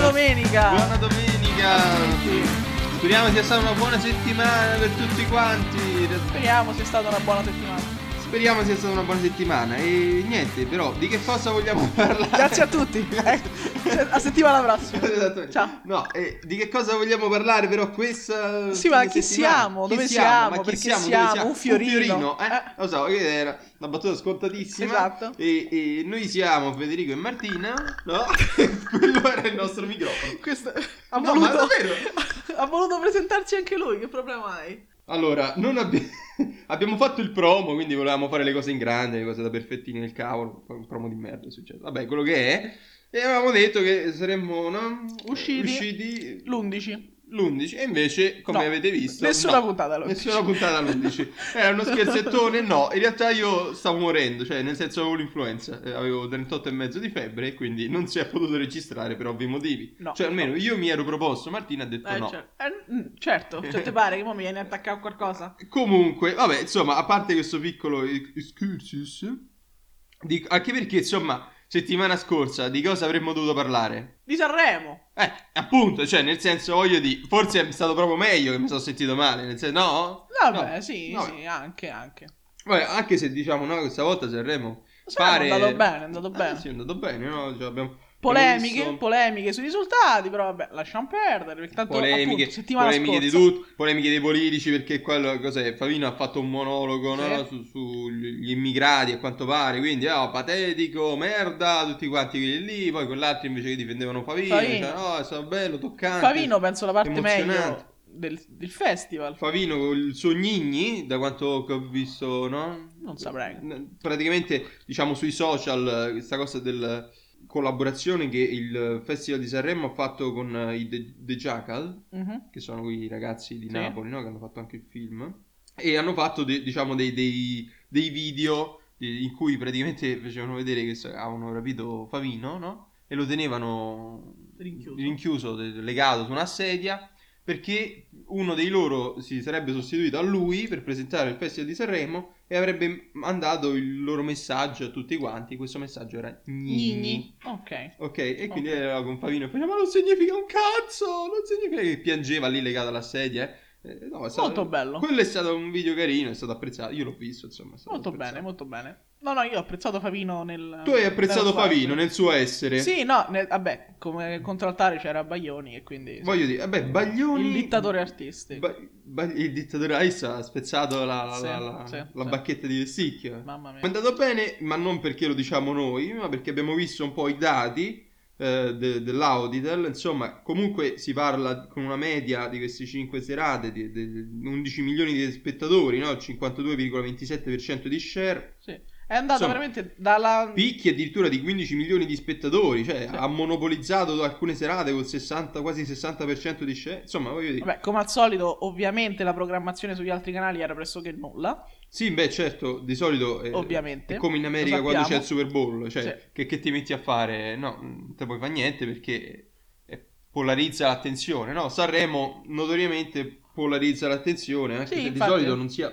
domenica! Buona domenica! Speriamo sia stata una buona settimana per tutti quanti. Speriamo sia stata una buona settimana. Speriamo sia stata una buona settimana. E niente, però, di che cosa vogliamo parlare? Grazie a tutti. Eh, a settimana prossima. Esattamente. Ciao. No, eh, di che cosa vogliamo parlare però questa Sì, ma questa chi settimana? siamo? Chi Dove siamo? siamo? Ma chi Perché siamo? Dove siamo? siamo? Un fiorino. eh? Eh. Lo so, che era una battuta scontatissima. Esatto. E, e noi siamo Federico e Martina, no? Quello era il nostro microfono. Questo- ha, No, ma voluto... davvero? ha voluto presentarci anche lui, che problema hai? Allora, non abbi- abbiamo fatto il promo, quindi volevamo fare le cose in grande, le cose da perfettini del cavolo, poi un promo di merda è successo. Vabbè, quello che è. E avevamo detto che saremmo no? Usciti. usciti L'11. l'11 e invece, come No. avete visto, Nessuna no. puntata all'11. Nessuna puntata all'11. Era uno scherzettone? No, in realtà io stavo morendo, cioè nel senso avevo l'influenza, eh, avevo 38 e mezzo di febbre e quindi non si è potuto registrare per ovvi motivi. No. Cioè almeno io mi ero proposto, Martina ha detto Eh, no. cer- eh, mm, certo, cioè, ti pare che mo mi viene attaccato qualcosa? Comunque, vabbè, insomma, a parte questo piccolo excursus, dico- anche perché insomma, settimana scorsa di cosa avremmo dovuto parlare? Di Sanremo. Eh, appunto, cioè, nel senso, voglio di, forse è stato proprio meglio che mi sono sentito male, nel senso, no? Vabbè, sì, no. sì, anche, anche. Vabbè, anche se diciamo, no, questa volta Sanremo Sanremo pare... è andato bene, è andato Eh, bene. sì, è andato bene, no? Cioè, abbiamo... Polemiche, abbiamo visto polemiche sui risultati, però vabbè, lasciamo perdere. Perché tanto, polemiche, appunto, settimana polemiche scorsa... di tutto, polemiche dei politici, perché quello, cos'è, Favino ha fatto un monologo, no? Sì. Su- Sugli immigrati, a quanto pare, quindi, oh, patetico, merda, tutti quanti quelli lì, poi quell'altro invece che difendevano Favino, Favino. cioè, no, è stato bello, toccante. Favino penso la parte emozionante. meglio del, del festival. Favino con il suo Gnigni, da quanto che ho visto, no? Non saprei. N- Praticamente, diciamo, sui social, eh, questa cosa del collaborazione che il Festival di Sanremo ha fatto con eh, i The, The Jackal, Mhm. che sono quei ragazzi di Sì. Napoli, no? Che hanno fatto anche il film, e hanno fatto, de- diciamo, dei, dei- dei video eh, in cui praticamente facevano vedere che so- avevano rapito Favino, no? E lo tenevano Rinchiuso. rinchiuso, de- legato su una sedia, perché uno dei loro si sarebbe sostituito a lui per presentare il Festival di Sanremo e avrebbe mandato il loro messaggio a tutti quanti. Questo messaggio era Gnigni. Gnigni. Ok. Ok, e quindi Ok. era con Favino e faceva, ma non significa un cazzo, non significa che piangeva lì legato alla sedia. eh. Eh, no, è stato- Molto bello. Quello è stato un video carino, è stato apprezzato, io l'ho visto, insomma. è stato Molto apprezzato. bene, molto bene. No, no, io ho apprezzato Favino nel... Tu hai apprezzato nella sua- Favino nel suo essere. Sì, no, nel- vabbè, come contraltare c'era Baglioni e quindi... Voglio dire, vabbè, Baglioni... Il dittatore artistico. Ba- ba- il dittatore Ais ha spezzato la, la- Sì, la- la- sì, la sì. bacchetta di Vessicchio. Mamma mia. È andato bene, ma non perché lo diciamo noi, ma perché abbiamo visto un po' i dati eh, de- dell'Auditel. Insomma, comunque si parla con una media di queste 5 serate di, di- di 11 milioni di spettatori, no? Il 52,27% di share. Sì. È andato Insomma, veramente dalla... Picchi addirittura di 15 milioni di spettatori, cioè Sì. ha monopolizzato alcune serate con 60, quasi 60% di share. Insomma, voglio dire... Vabbè, come al solito, ovviamente la programmazione sugli altri canali era pressoché nulla, Sì, beh, certo, di solito eh, Ovviamente. è come in America Lo quando c'è sappiamo. il Super Bowl, cioè Sì. che, che ti metti a fare? No, non te puoi fare niente perché eh, polarizza l'attenzione, no? Sanremo notoriamente polarizza l'attenzione, anche se Sì, di infatti. eh. solito non sia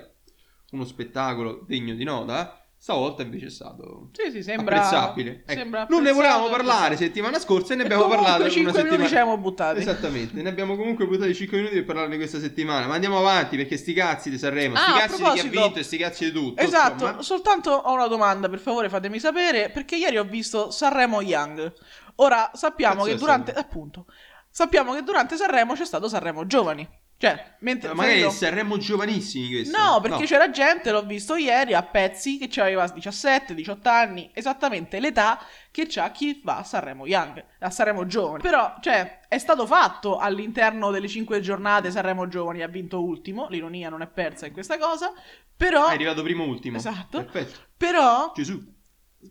uno spettacolo degno di nota, stavolta invece è stato Sì, sì, sembra... apprezzabile. Ecco. sembra non ne apprezzato, volevamo parlare settimana scorsa e ne abbiamo e comunque parlato una 5 settimana minuti ci siamo buttati. Esattamente, ne abbiamo comunque buttati 5 minuti per parlare di questa settimana, ma andiamo avanti perché sti cazzi di Sanremo, sti Ah, a cazzi di chi ha proposito- vinto e sti cazzi di tutto. Esatto, insomma. soltanto ho una domanda, per favore fatemi sapere, perché ieri ho visto Sanremo Young. Ora sappiamo Cazzo è che durante Sanremo? appunto sappiamo che durante Sanremo c'è stato Sanremo Giovani. Cioè, mentre Ma magari Ferrero- Sanremo giovanissimi questo. No, perché c'era gente, l'ho visto ieri a pezzi che aveva 17, 18 anni, esattamente l'età che c'ha chi va a Sanremo Young, a Sanremo Giovani. Però, cioè, è stato fatto all'interno delle 5 giornate Sanremo Giovani ha vinto ultimo, l'ironia non è persa in questa cosa, però È arrivato primo ultimo. Esatto. Perfetto. però Gesù.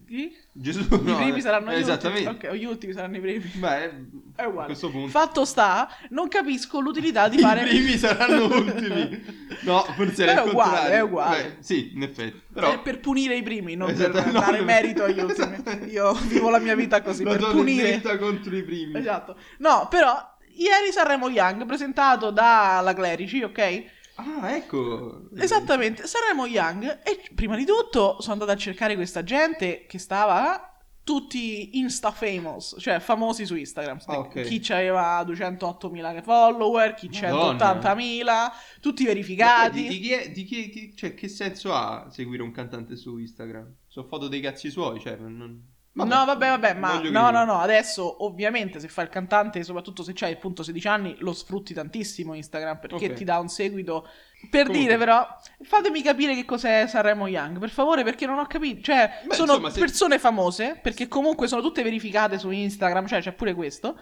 Sì? Gesù. I primi saranno gli eh, Esattamente. ultimi. Ok, gli ultimi saranno i primi. Beh, È a uguale. questo punto. Fatto sta, non capisco l'utilità di fare. I primi saranno ultimi. No, forse era È il uguale, contrario. è uguale. Beh, sì, in effetti. Però È Eh, per punire i primi, non Esatto, per no, dare no. Esatto. merito agli ultimi. Io vivo la mia vita così, la per tua punire. vendetta contro i primi. Esatto. No, però ieri Sanremo Young presentato dalla Clerici, ok? Ah, ecco. Esatto, Esattamente, Sanremo Young e prima di tutto sono andata a cercare questa gente che stava tutti insta famous, cioè famosi su Instagram. Ah, ok. Chi c'aveva 208.000 follower, chi Madonna. 180.000, tutti Ma poi verificati. Di, di chi è, di chi, chi- cioè, che senso ha seguire un cantante su Instagram? Sono foto dei cazzi suoi, cioè... non- No, vabbè, vabbè, ma voglio no, no, capire. no, adesso ovviamente se fai il cantante, soprattutto se c'hai appunto 16 anni, lo sfrutti tantissimo Instagram perché Ok. ti dà un seguito. Per Comunque. dire però, fatemi capire che cos'è Sanremo Young, per favore, perché non ho capito. Cioè, Beh, sono insomma, se- persone famose, perché comunque sono tutte verificate su Instagram, cioè c'è pure questo,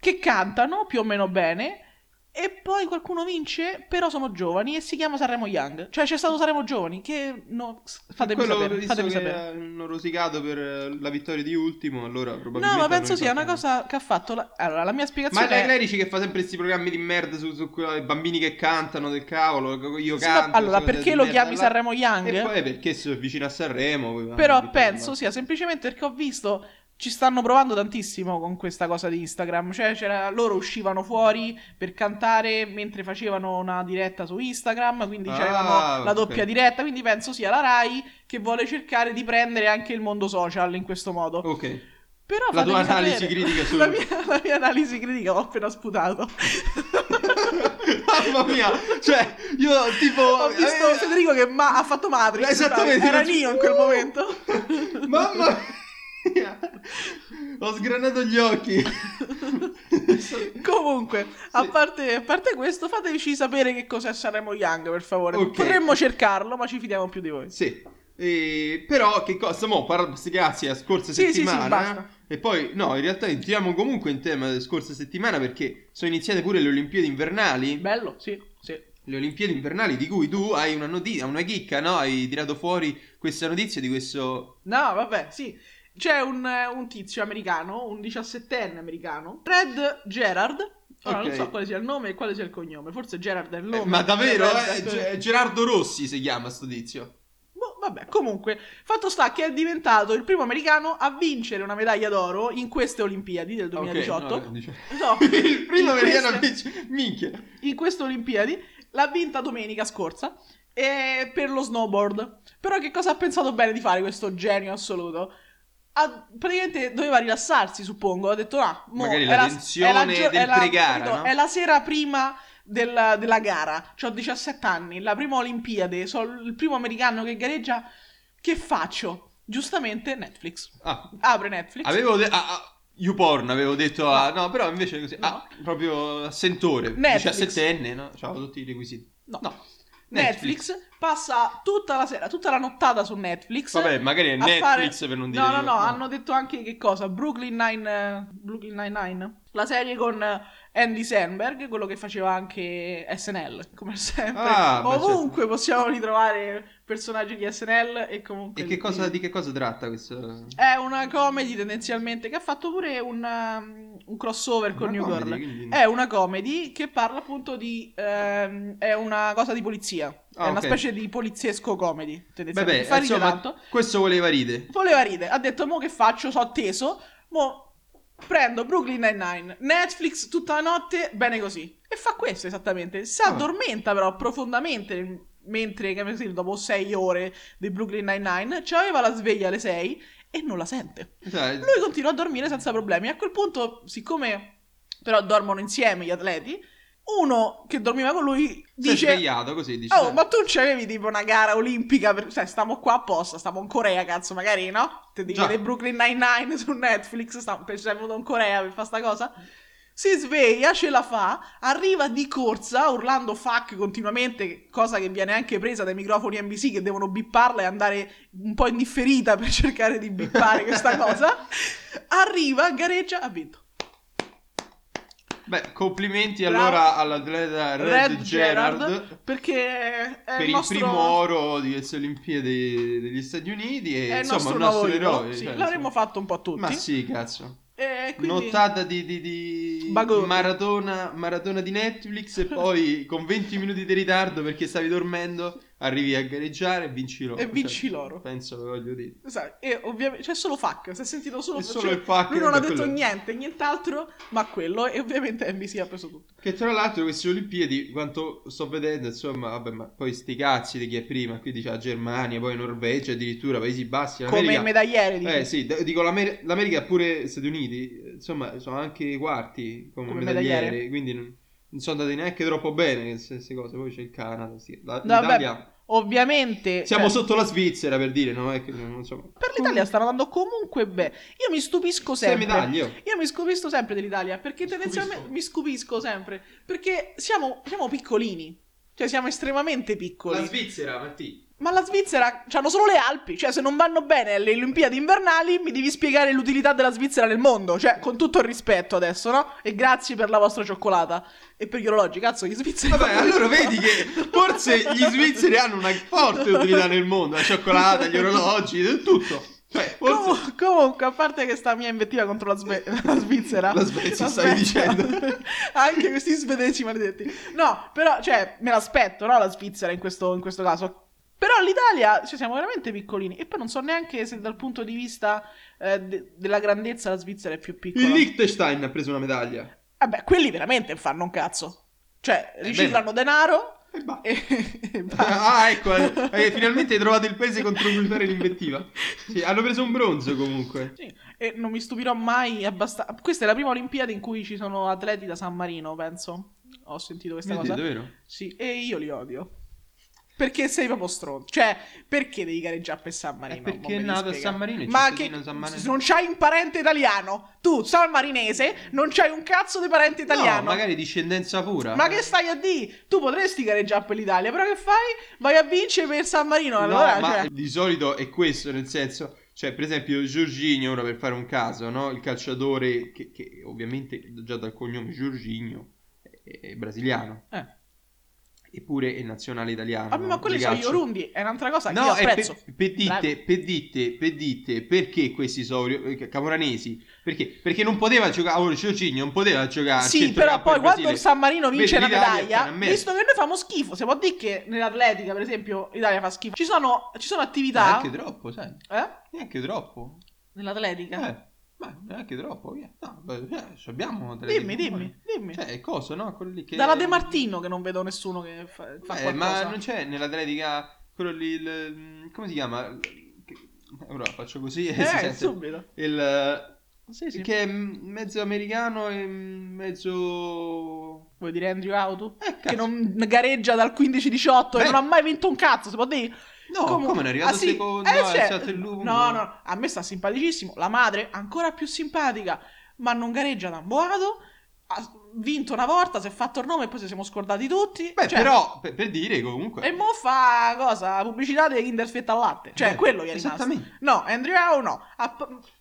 che cantano più o meno bene. E poi qualcuno vince, però sono giovani e si chiama Sanremo Young. Cioè c'è stato Sanremo Giovani che... No, fatemi Quello sapere, visto fatemi che sapere. hanno rosicato per eh, la vittoria di ultimo, allora probabilmente... No, ma hanno penso sia una rifatto- cosa che ha fatto. La... Allora, la mia Ma spiegazione dai è. clerici che fa sempre questi programmi di merda su, su quei bambini che cantano del cavolo, io Sì, ma- canto... allora, queste cose perché di lo merda chiami là. Sanremo E Young? poi perché sono vicino a Sanremo. poi- Però tutto penso là. sia semplicemente perché ho visto. Ci stanno provando tantissimo con questa cosa di Instagram. Cioè, c'era- loro uscivano fuori per cantare mentre facevano una diretta su Instagram. Quindi Ah, c'erano la ok. doppia diretta. Quindi penso sia la Rai che vuole cercare di prendere anche il mondo social in questo modo. Ok. Però Oh, La tua fatemi analisi sapere. critica su- la, mia, la mia analisi critica l'ho appena sputato. Mamma mia, cioè, io tipo... Ho visto eh, Federico che ma- ha fatto Matrix. Esattamente, Era non- Neo in quel Uh! momento. Mamma mia. Ho sgranato gli occhi. Comunque, a, Sì. parte, a parte questo, fateci sapere che cos'è Sanremo Young, per favore. Ok. Potremmo cercarlo, ma ci fidiamo più di voi. Sì. E- però che cosa? Mo, parla sti cazzi la scorsa Sì, sì, sì, settimana. eh. basta. E poi, no, in realtà entriamo comunque in tema della scorsa settimana perché sono iniziate pure le Olimpiadi invernali. Bello, sì, sì. Le Olimpiadi invernali di cui tu hai una notizia, una chicca, no? Hai tirato fuori questa notizia di questo... eh, No, vabbè, sì. C'è un, eh, un tizio americano, un 17enne americano, Fred Gerard. Ora non Ok. so quale sia il nome e quale sia il cognome. Forse Gerard è il nome. Eh, ma davvero, eh? Gerard è- Ge- Gerardo Rossi si chiama sto tizio. Boh, vabbè, comunque, fatto sta che è diventato il primo americano a vincere una medaglia d'oro in queste Olimpiadi del 2018. Ok, no, dice- No, il primo in queste- americano vince- minchia. in queste Olimpiadi l'ha vinta domenica scorsa eh, per lo snowboard. Però che cosa ha pensato bene di fare questo genio assoluto? Ha- praticamente doveva rilassarsi, suppongo. Ha detto: Ah, mo Magari è la è tensione gio- del è pre-gara, capito, no? È la sera prima della, della gara. Ho 17 anni, la prima Olimpiade, sono il primo americano che gareggia. Che faccio? Giustamente Netflix. Ah, Apre Netflix. avevo detto... Ah, ah, YouPorn avevo detto ah, no, però invece così, No. ah, proprio assentore, Netflix. 17enne, no? C'ha tutti i requisiti. No. no. Netflix. passa tutta la sera, tutta la nottata su Netflix. Vabbè, magari è a fare- Netflix per non dire No, no, io- no, hanno detto anche che cosa? Brooklyn Nine, eh, Brooklyn Nine-Nine, la serie con eh, Andy Sandberg, quello che faceva anche SNL, come sempre. Ah, beh, Ovunque possiamo ritrovare personaggi di SNL e comunque... E che cosa, di che cosa tratta questo? È una comedy tendenzialmente che ha fatto pure un, um, un crossover con Una New comedy, Girl. quindi- È una comedy che parla appunto di... ehm, è una cosa di polizia. è Ah, una ok. specie di poliziesco comedy. Beh, Tendenzialmente. beh, Fa ridere insomma, tanto. questo voleva ride. Voleva ridere, ha detto: Mo che faccio? So teso. Mo prendo Brooklyn Nine-Nine, Netflix tutta la notte, bene così. E fa questo esattamente. Si Ah. addormenta però profondamente. Mentre, che così, dopo sei ore di Brooklyn Nine-Nine, c'aveva la sveglia alle 6 e non la sente. Sai, Lui continua a dormire senza problemi. A quel punto, siccome però dormono insieme gli atleti, uno che dormiva con lui si è dice: svegliato così, dice... Oh, ma tu c'avevi tipo una gara olimpica? Per... Cioè, stiamo qua apposta, stiamo in Corea, cazzo, magari no? Ti devi Già. vedere Brooklyn Nine-Nine su Netflix, stiamo... per- sei venuto in Corea per fare sta cosa? Si sveglia, ce la fa, arriva di corsa, urlando fuck continuamente, cosa che viene anche presa dai microfoni NBC che devono bipparla e andare un po' indifferita per cercare di bippare questa cosa. Arriva, gareggia, ha vinto. Beh, complimenti Bravo. allora all'atleta Red, Gerard perché è per il il nostro... primo oro di queste Olimpiadi degli Stati Uniti e È il insomma Eh, nostro, il nostro favorito. eroe. Sì, cioè, l'avremmo fatto un po' tutti. insomma. Ma sì, cazzo. E quindi... Nottata di, di, di Bagoni. maratona, maratona di Netflix e poi con 20 minuti di ritardo perché stavi dormendo arrivi a gareggiare e vinci l'oro. Cioè, E vinci l'oro. Penso che voglio dire. Sai, e ovviamente c'è solo Fuck, si è sentito solo, È solo cioè, il Fuck Lui e non ha quello- detto niente, nient'altro, ma quello e ovviamente NBC ha preso tutto. Che tra l'altro queste Olimpiadi, quanto sto vedendo, insomma, vabbè, ma poi sti cazzi di chi è prima, qui dice la Germania, poi Norvegia, addirittura Paesi Bassi, Come i l'America. medagliere di eh sì, d- dico l'Amer- l'America è pure Stati Uniti, eh, insomma, sono anche i quarti come, Come medagliere, medagliere. quindi non, non sono andati neanche troppo bene queste cose. Poi c'è il Canada, sì. La- No, cioè l'Italia. Ovviamente Siamo cioè, sotto la Svizzera per dire, no? È che, non- insomma, per l'Italia stanno andando comunque bene. Io mi stupisco sei sempre. medaglie. oh. Io mi scupisco sempre dell'Italia perché Mi tendenzialmente stupisco. mi scupisco sempre perché siamo, siamo piccolini. Cioè siamo estremamente piccoli. La Svizzera, Martì. Ma la Svizzera hanno solo le Alpi, cioè se non vanno bene le Olimpiadi invernali mi devi spiegare l'utilità della Svizzera nel mondo, cioè con tutto il rispetto adesso, no? E grazie per la vostra cioccolata e per gli orologi, cazzo, gli svizzeri. Vabbè, allora vedi che forse gli svizzeri hanno una forte utilità nel mondo, la cioccolata, gli orologi, tutto. Cioè, forse Comu- comunque, a parte che sta mia invettiva contro la, Sve- la Svizzera, La Svezia, la stavi Svezia. dicendo. anche questi svedesi maledetti. No, però, cioè, me l'aspetto, no? La Svizzera in questo, in questo caso. Però l'Italia, cioè, siamo veramente piccolini. E poi non so neanche se dal punto di vista eh, de- della grandezza la Svizzera è più piccola. il Liechtenstein ha preso una medaglia. Vabbè, quelli veramente fanno un cazzo. Cioè, Eh, riciclano denaro E basta. e... e basta. Ah, ecco, eh, eh, finalmente hai trovato il paese contro cui fare l'invettiva. Sì, hanno preso un bronzo comunque. Sì, e non mi stupirò mai abbastanza. Questa è la prima Olimpiade in cui ci sono atleti da San Marino, penso. Ho sentito questa Vedete, cosa. vero? Sì, e io li odio. Perché sei proprio stronzo. Cioè, perché devi gareggiare per San Marino? È Eh, perché Mo' è me li nato a spiega. San Marino, il Ma che cittadino San Marino. se non c'hai un parente italiano? Tu, San Marinese, non c'hai un cazzo di parente italiano. No, magari discendenza pura. Ma che stai a di? Tu potresti gareggiare per l'Italia, però che fai? Vai a vincere per San Marino. Allora, no, cioè, ma di solito è questo, nel senso, cioè, per esempio, Giorginio, ora per fare un caso, no? Il calciatore che, che ovviamente già dal cognome Giorginio è, è brasiliano, Eh. eppure è nazionale italiano. Vabbè, Ah, ma di quelli sono gli calcio. orundi, è un'altra cosa che io No, e apprezzo. pe- pedite, pedite, pedite, perché questi sono eh, camoranesi? Perché? Perché non poteva giocare, ora Giorginio non poteva giocare. a Sì, però centrocampo poi in quando certo, ah, Brasile. il San Marino vince Vedi, la l'Italia medaglia, fa una merda. visto che noi famo schifo, si può dire che nell'atletica, per esempio, l'Italia fa schifo. Ci sono, ci sono Ma attività Neanche troppo, sai? eh? Neanche troppo. nell'atletica. Eh, ma neanche troppo, via. No, beh, eh, ci abbiamo delle dimmi, di- dimmi, dimmi. Cioè, cosa, no? Quello lì che... Dalla De Martino che non vedo nessuno che fa, fa Eh, qualcosa. ma non c'è nell'atletica quello lì, il... mm, come si chiama? Che- Ora faccio così e eh, si sente. subito. Il... Sì, sì. Che è mezzo americano e mezzo... Vuoi dire Andrew Auto? Eh, cazzo. Che non gareggia dal 15-18 e Beh. non ha mai vinto un cazzo, si può dire? No, Comunque- come è arrivato Ah, sì? secondo? Eh, è cioè, stato il lungo. No, no, a me sta simpaticissimo. La madre, ancora più simpatica, ma non gareggia da un boato. Ha vinto una volta, si è fatto il nome e poi ci siamo scordati tutti. Beh, Cioè, però, per, per dire comunque... E mo fa cosa? Pubblicità dei Kinder Fetta al latte. Cioè, Eh, quello gli è rimasto. Esattamente. No, Andrew Howe no. A,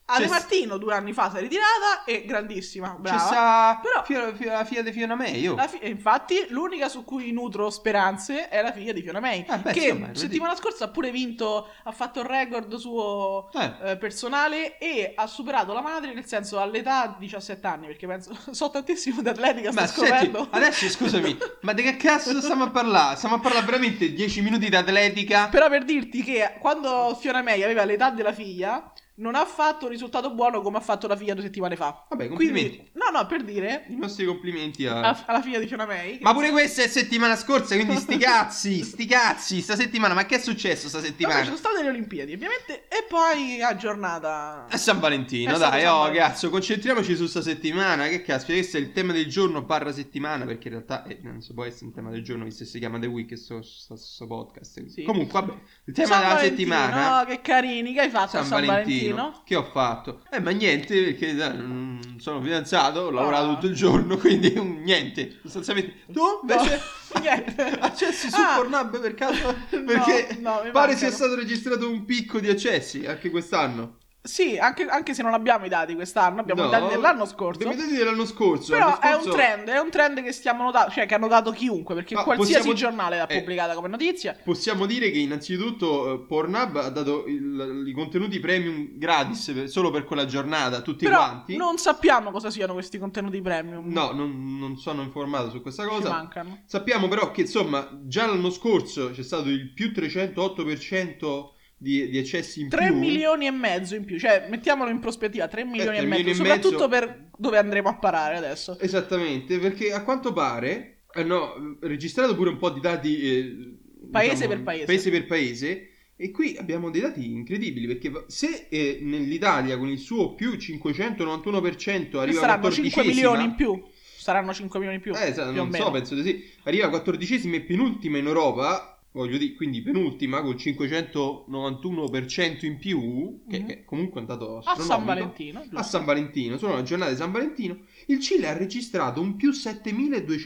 a C'è De s- Martino due anni fa si è ritirata e grandissima, brava. C'è sta Però- Fiora- Fiora- la figlia di Fiona May, io. Eh, La fi- e infatti, l'unica su cui nutro speranze è la figlia di Fiona May. Ah, beh, che insomma, vedi. settimana scorsa ha pure vinto, ha fatto il record suo Eh. eh, personale e ha superato la madre, nel senso all'età di 17 anni, perché penso so tantissimo di atletica, sto Ma senti, scoprendo. adesso scusami, ma di che cazzo stiamo a parlare? Stiamo a parlare veramente 10 minuti di atletica. Però per dirti che quando Fiona May aveva l'età della figlia, non ha fatto un risultato buono come ha fatto la figlia due settimane fa. Vabbè, complimenti. Quindi, Ah, no, no, per dire I nostri complimenti a... a- alla figlia di Fiona May. Ma pure questa è settimana scorsa, quindi sti cazzi, sti cazzi, sta settimana, ma che è successo sta Vabbè, ci sono settimana? state le Olimpiadi, ovviamente, e poi a giornata. È San Valentino, È stato dai, San oh Valentino. cazzo, concentriamoci su sta settimana, che cazzo, questo è il tema del giorno barra settimana, perché in realtà eh, non so, può essere un tema del giorno, visto che si chiama The Week, sto, sto, sto podcast. quindi. Sì. Comunque, vabbè, il tema San della Valentino, settimana... No, che carini, che hai fatto a San, San Valentino, Valentino? Che ho fatto? Eh, ma niente, perché eh, non sono fidanzato, ho lavorato Ah. tutto il giorno, quindi mm, niente. Sostanzialmente. Tu invece No, niente. accessi su Ah. Pornhub per caso? Perché no, mi pare mancano. sia stato registrato un picco di accessi anche quest'anno. Sì, anche, anche se non abbiamo i dati quest'anno, abbiamo i dati dell'anno scorso. Abbiamo i dati dell'anno scorso. Però l'anno è un scorso- trend, è un trend che stiamo notando, cioè che ha notato chiunque, perché Ma qualsiasi possiamo- giornale l'ha eh. pubblicata come notizia. Possiamo dire che innanzitutto eh, Pornhub ha dato il- i contenuti premium gratis per- solo per quella giornata, tutti Però quanti. non sappiamo cosa siano questi contenuti premium. No, non, non sono informato su questa Ci cosa. mancano. Sappiamo però che insomma già l'anno scorso c'è stato il più 308% di, di accessi in 3 più. milioni e mezzo in più, cioè mettiamolo in prospettiva, 3 milioni Eh, tre e mezzo, milioni e soprattutto mezzo. per dove andremo a parare adesso. Esattamente, perché a quanto pare hanno registrato pure un po' di dati eh, Paese per paese. paese per paese, e qui abbiamo dei dati incredibili perché va- se eh, nell'Italia con il suo più 591% Ci arriva a saranno 14 5 milioni in più. Saranno 5 milioni in più. Eh, sa- più o non meno. so, penso di sì. Arriva quattordicesima e penultima in Europa, voglio dire, quindi penultima con 591% in più, che Mhm. è comunque un dato a San astronomico. Valentino. A San Valentino, sono la giornata di San Valentino, il Cile ha registrato un più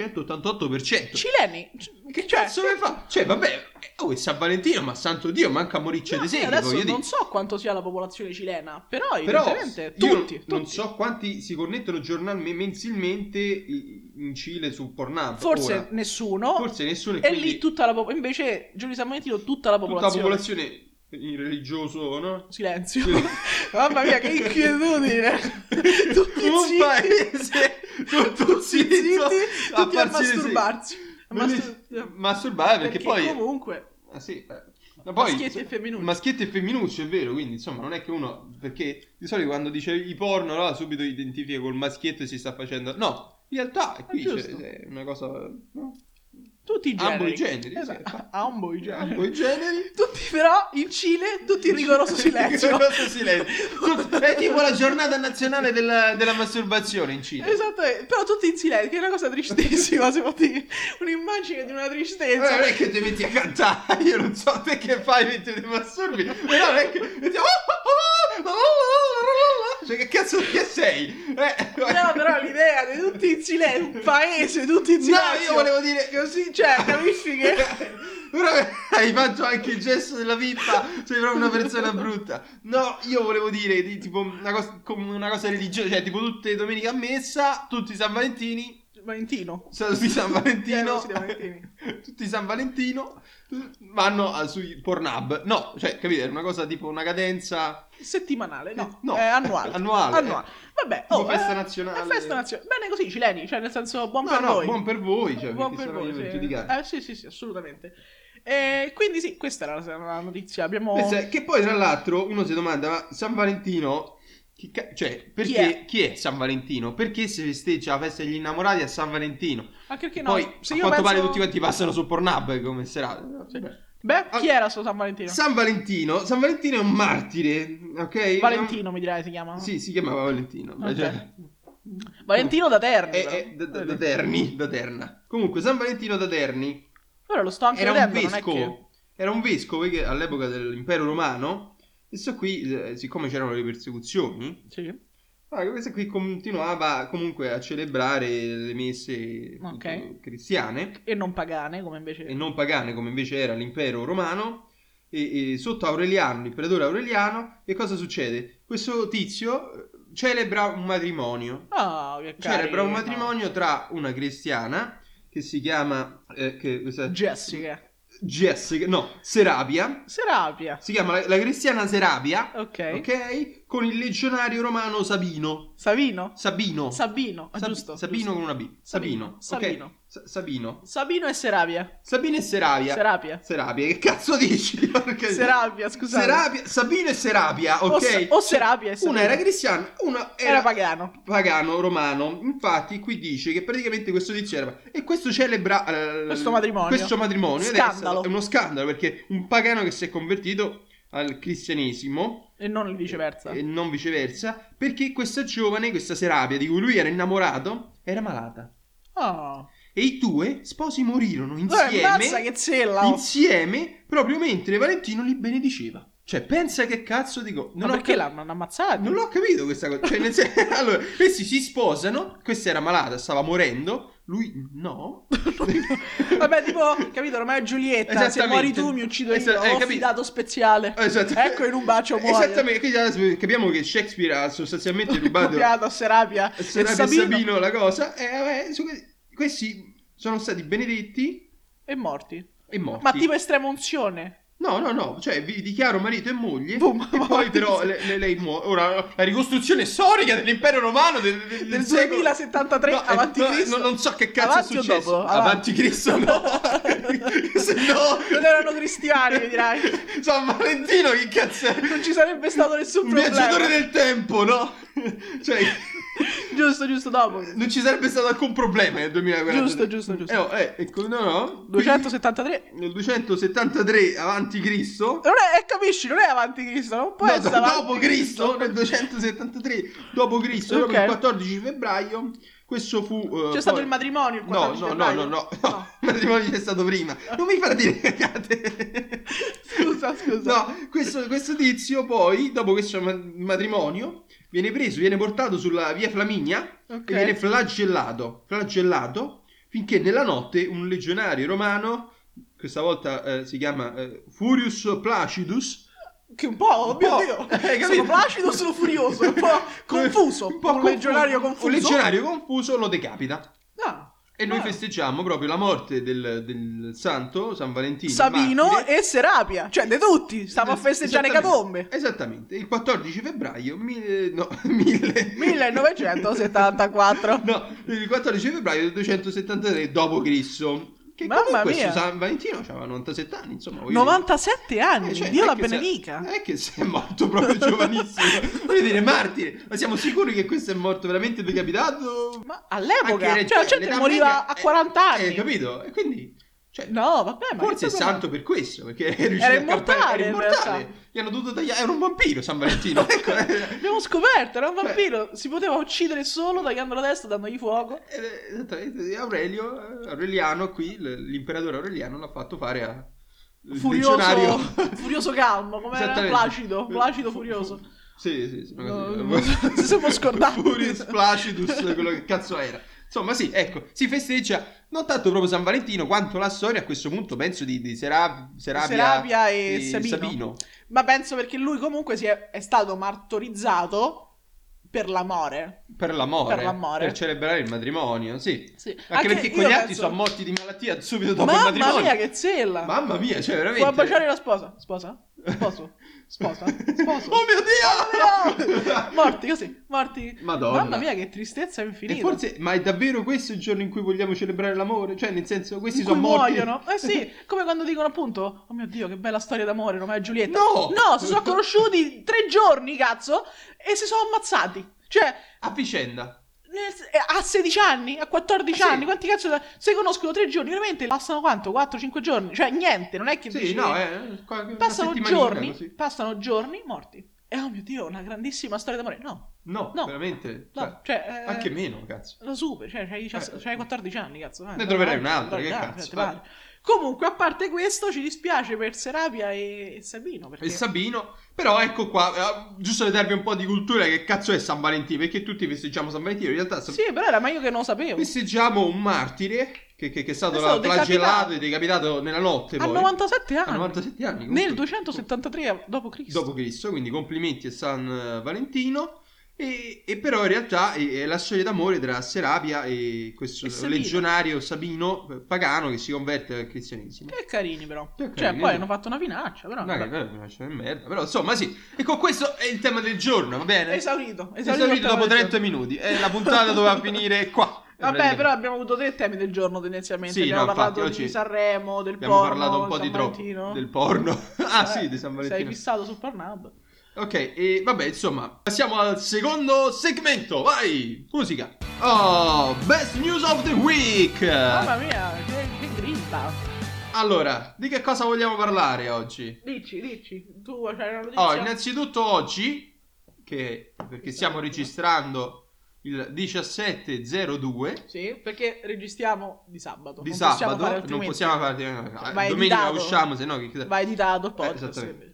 7288%. Cileni. che cioè- cazzo ne fa? Cioè, vabbè, oh, è San Valentino, ma santo Dio, manca Moriccia No, di io Segno, cioè, adesso voglio non dire. so quanto sia la popolazione cilena, però Però evidentemente io tutti, tutti. non so quanti si connettono giornalmente mensilmente i- in Cile su Pornhub. Forse ora. nessuno. Forse nessuno e quindi lì tutta la popolazione. Invece, Giulio San Valentino, tutta la tutta la popolazione. popolazione in religioso, no? Silenzio. Sì. Mamma mia, che inquietudine. tutti un zitti. paese tutto Zitti, zitto a tutti a farsi le- masturbarsi. A Non li- mastur- masturbare perché, poi comunque ah, sì, eh. Ma poi- maschietti e femminucci. maschietti e femminucci, è vero, quindi insomma non è che uno, perché di solito quando dice i porno, no, subito identifica col maschietto e si sta facendo, no, in realtà è qui Ah, giusto. c'è- è una cosa, no? tutti i generi. ambo i generi, Esatto. sì. Ambo i generi. Ambo i generi. Tutti però in Cile, tutti in rigoroso silenzio. Rigoroso silenzio. Tut- È tipo la giornata nazionale della, della masturbazione in Cile. Esatto, eh, però tutti in silenzio, che è una cosa tristissima, se dire. Un'immagine di una Eh, tristezza. non è che ti metti a cantare, io non so te che fai mentre ti masturbi, però non è che... "Oh, Cioè, che cazzo che sei? Eh, No, però l'idea di tutti in silenzio, un paese, tutti in No, silenzio. io volevo dire... Così, cioè, capisci che... Però hai fatto anche il gesto della pippa, sei proprio una persona brutta. No, io volevo dire di- tipo una cosa, come una cosa religiosa, cioè tipo tutte le domeniche a messa, tutti i San Valentini, Valentino. sono tutti San Eh, Valentino, sì, Valentini. tutti San Valentino vanno a- sui Pornhub. No, cioè, capite, era una cosa tipo una cadenza Settimanale, no, No. è annuale. Annuale. Vabbè, Tipo oh, festa eh, nazionale. È festa nazionale. Bene così, cileni, cioè nel senso buon No, per no, voi. buon per voi, cioè, buon perché sennò per voi. io per sì. giudicare. Eh, sì, sì, sì, assolutamente. E quindi sì, questa era la, la notizia. Abbiamo Pensa, che poi tra l'altro uno si domanda, ma San Valentino, chi ca- cioè, perché, chi, è? è? San Valentino? Perché si festeggia la festa degli innamorati a San Valentino? anche perché no, poi, se a io quanto penso... pare tutti quanti passano su Pornhub eh, come serata. Beh, chi Ah. era sto San Valentino? San Valentino, San Valentino è un martire, ok? Valentino mi direi si chiama. No? Sì, si chiamava Valentino. Ok. cioè- Valentino da Terni. È- però. è da, da- da Terni, da Terna. Comunque, San Valentino da Terni Ora lo sto anche era un vedendo, non è vescovo, che era un vescovo che all'epoca dell'impero romano, e so qui, eh, siccome c'erano le persecuzioni, Sì. ah, questo qui continuava comunque a celebrare le messe appunto, Ok. cristiane E non pagane, come invece e non pagane come invece era l'impero romano. E, e sotto Aureliano, l'imperatore Aureliano, e cosa succede? Questo tizio eh, celebra un matrimonio. Ah, che carino. Celebra Cioè, un matrimonio tra una cristiana che si chiama eh, che- questa- Jessica. Jessica, no, Serapia, Serapia. si chiama la, la cristiana Serapia, Ok. ok? Con il legionario romano Sabino. Savino? Sabino. Sabino, ah, Sab- giusto. Sabino giusto. con una B. Sabino, Sabino. Sabino. ok? Sa- Sabino. Sabino e Serapia. Sabino e Serapia. Serapia. Serapia, che cazzo dici? Porca- Serapia, scusate. Serapia- Sabino e Serapia, O ok? se- o Serapia e Sabino. Una era cristiana, una Era, era, pagano. pagano romano. Infatti, qui dice che praticamente questo tizio era. E questo celebra. eh, Questo matrimonio. Questo matrimonio. ed è Scandalo. stato- È uno scandalo perché un pagano che si è convertito al cristianesimo. E non il viceversa. E non viceversa, perché questa giovane, questa Serapia di cui lui era innamorato, era malata. Oh. E i due sposi morirono Eh, mazza insieme, che zella. oh. insieme, proprio mentre Valentino li benediceva. Cioè, pensa che cazzo dico. Ma ho perché cap- l'hanno ammazzato? Non l'ho capito questa cosa. Cioè, nel senso- allora, questi si sposano, questa era malata, stava morendo, Lui no. Vabbè, tipo, capito, Romeo e Giulietta, se muori tu mi uccido io, Esatto, eh, ho capito. fidato speziale. Esatto. Ecco, in un bacio muoio. Esattamente, quindi adesso capiamo che Shakespeare ha sostanzialmente rubato a Copiato a Serapia. e Serapia e Sabino. Sabino. la cosa. E vabbè, su que- questi sono stati benedetti E morti. e morti. Ma tipo estrema unzione. No, no, no, cioè vi dichiaro marito e moglie Boom, e morti. poi però le- le- lei muore. Ora, la ricostruzione storica dell'impero romano del, del- del Del secolo- 2073 No, eh, avanti no, Cristo. no, non so che cazzo Avanti è o successo. dopo? Avanti Cristo no. Se no... Non erano cristiani, mi dirai. San Valentino che cazzo è? Non ci sarebbe stato nessun Un problema. viaggiatore del tempo, no? cioè, Giusto, giusto, dopo. non ci sarebbe stato alcun problema nel 2040. Giusto, giusto, giusto. Eh, oh, eh, ecco, no, no. 273. Nel 273 avanti Cristo. Non è, eh, capisci, non è avanti Cristo, non può No, essere do- avanti dopo Cristo, nel 273 dopo Cristo, Ok. proprio il 14 febbraio, questo fu... eh, C'è poi- stato il matrimonio il No, 14 no, no, no, febbraio? no, no, il matrimonio c'è stato prima. Non mi far dire cagate. Scusa, scusa. No, questo, questo tizio poi, dopo questo ma- matrimonio, viene preso, viene portato sulla via Flaminia Ok. e viene flagellato, flagellato finché nella notte un legionario romano, questa volta eh, si chiama eh, Furius Placidus, Che un po', oh mio Un po', Dio, eh, sono capito? placido, sono furioso, un po' confuso, un po' un confu- legionario confuso. Un legionario confuso lo decapita. Ah, E noi Ah. festeggiamo proprio la morte del, del santo San Valentino. Sabino martire. e Serapia, cioè di tutti, stavo a festeggiare le Esattamente. catombe. Esattamente, il 14 febbraio mille- no, mille- 1974. No, il 14 febbraio del 273 dopo Cristo. Che Mamma comunque mia. su San Valentino aveva 97 anni, insomma. voglio 97 dire. anni, Eh, cioè, Dio non la è che sia- benedica. Non è che sei morto proprio giovanissimo. Voglio dire, martire. Ma siamo sicuri che questo è morto veramente decapitato? Ma Eh, Anche all'epoca, re- cioè la gente l'età moriva media- a eh, 40 anni. Eh, capito? E quindi... Cioè, No, vabbè, ma Forse è che problema- santo per questo, perché è riuscito Era a campare- immortale, era in immortale. realtà. Gli hanno dovuto tagliare. Era un vampiro San Valentino. ecco, eh. Abbiamo scoperto, era un vampiro, si poteva uccidere solo tagliando la testa, dandogli fuoco. Ed è- esattamente, Aurelio, eh, Aureliano qui, l- l'imperatore Aureliano l'ha fatto fare a il Furioso, legionario- furioso calmo, come era Esattamente. placido, placido Fu- furioso. fu- Sì, sì, sì. No, magari- non so- ci siamo scordati. Furius Placidus, quello che cazzo era. Insomma, sì, ecco, si festeggia non tanto proprio San Valentino quanto la storia a questo punto, penso, di, di Sera- Serapia, Serapia e Sabino. Sabino. Ma penso perché lui comunque si è, è stato martorizzato per l'amore. Per l'amore, Per l'amore. celebrare il matrimonio, sì. Sì. Anche, perché io quegli altri penso- sono morti di malattia subito dopo il Mamma matrimonio. mia, che zella! Mamma mia, cioè veramente. Può baciare la sposa? Sposa? Sposo? Sposa? Sposo? Oh Oh mio Dio! morti così, morti. Madonna. Mamma mia, che tristezza infinita. E forse, ma è davvero questo il giorno in cui vogliamo celebrare l'amore? Cioè, nel senso, questi In sono cui morti. muoiono? Eh sì, come quando dicono appunto, oh mio Dio, che bella storia d'amore, Romeo e Giulietta. No! No, si sono conosciuti tre giorni, cazzo, e si sono ammazzati. Cioè, A vicenda. Nel- eh, a 16 anni, a 14 Ah, Sì. anni, quanti cazzo se conoscono tre giorni, veramente passano quanto? 4-5 giorni, cioè niente, non è che Sì, dici- no, eh. qua- una passano settimanina, giorni, così. passano giorni morti. E oh mio Dio, una grandissima storia d'amore. No, No, No. veramente. no, cioè, cioè, eh, Anche meno, cazzo. lo super, cioè c'hai, diciass- Eh. c'hai 14 anni, cazzo. eh, Ne troverai dai, un'altra, dai, che dai, cazzo, ti pare. dai. Comunque, a parte questo, ci dispiace per Serapia e, e Sabino, perché E Sabino, però ecco qua, eh, giusto per darvi un po' di cultura, che cazzo è San Valentino? Perché tutti festeggiamo San Valentino, in realtà San- Sì, però era meglio che non lo sapevo. festeggiamo un martire che, che- che è stato, È stato la- flagellato decapitato. e decapitato nella notte A poi. 97 A anni. 97 anni. comunque. Nel 273 dopo Cristo. dopo Cristo, quindi complimenti a San eh, Valentino. E, e però in realtà è, è la storia d'amore tra Serapia e questo E Sabino. legionario Sabino eh, pagano che si converte al cristianesimo. Che carini però. Che cioè, carini, poi sì. hanno fatto una finaccia, però. Dai, che però, mi lascia in merda. Però insomma, sì. Ecco, questo è il tema del giorno, va bene? Esaurito, esaurito, Esaurito dopo 30 minuti. minuti. Eh, la puntata doveva finire qua. Vabbè, però abbiamo avuto tre temi del giorno tendenzialmente. Sì, abbiamo no, parlato infatti, di oggi Sanremo, del Abbiamo porno, parlato un po' San di Valentino. troppo del porno. ah, Eh, sì, di San Sei Valentino. fissato su Pornhub. Ok, e vabbè, insomma, passiamo al secondo segmento. Vai! Musica. Oh, best news of the week. Mamma mia, che, che grinta. Allora, di che cosa vogliamo parlare oggi? Dici, dici, tu c'hai una notizia. Oh, innanzitutto oggi che perché stiamo registrando il 1702 Sì, perché registriamo di sabato. di non Possiamo fare sabato, non altrimenti. possiamo fare Ah, Va domenica editato. usciamo, se no che Va editato il Eh, podcast. esattamente.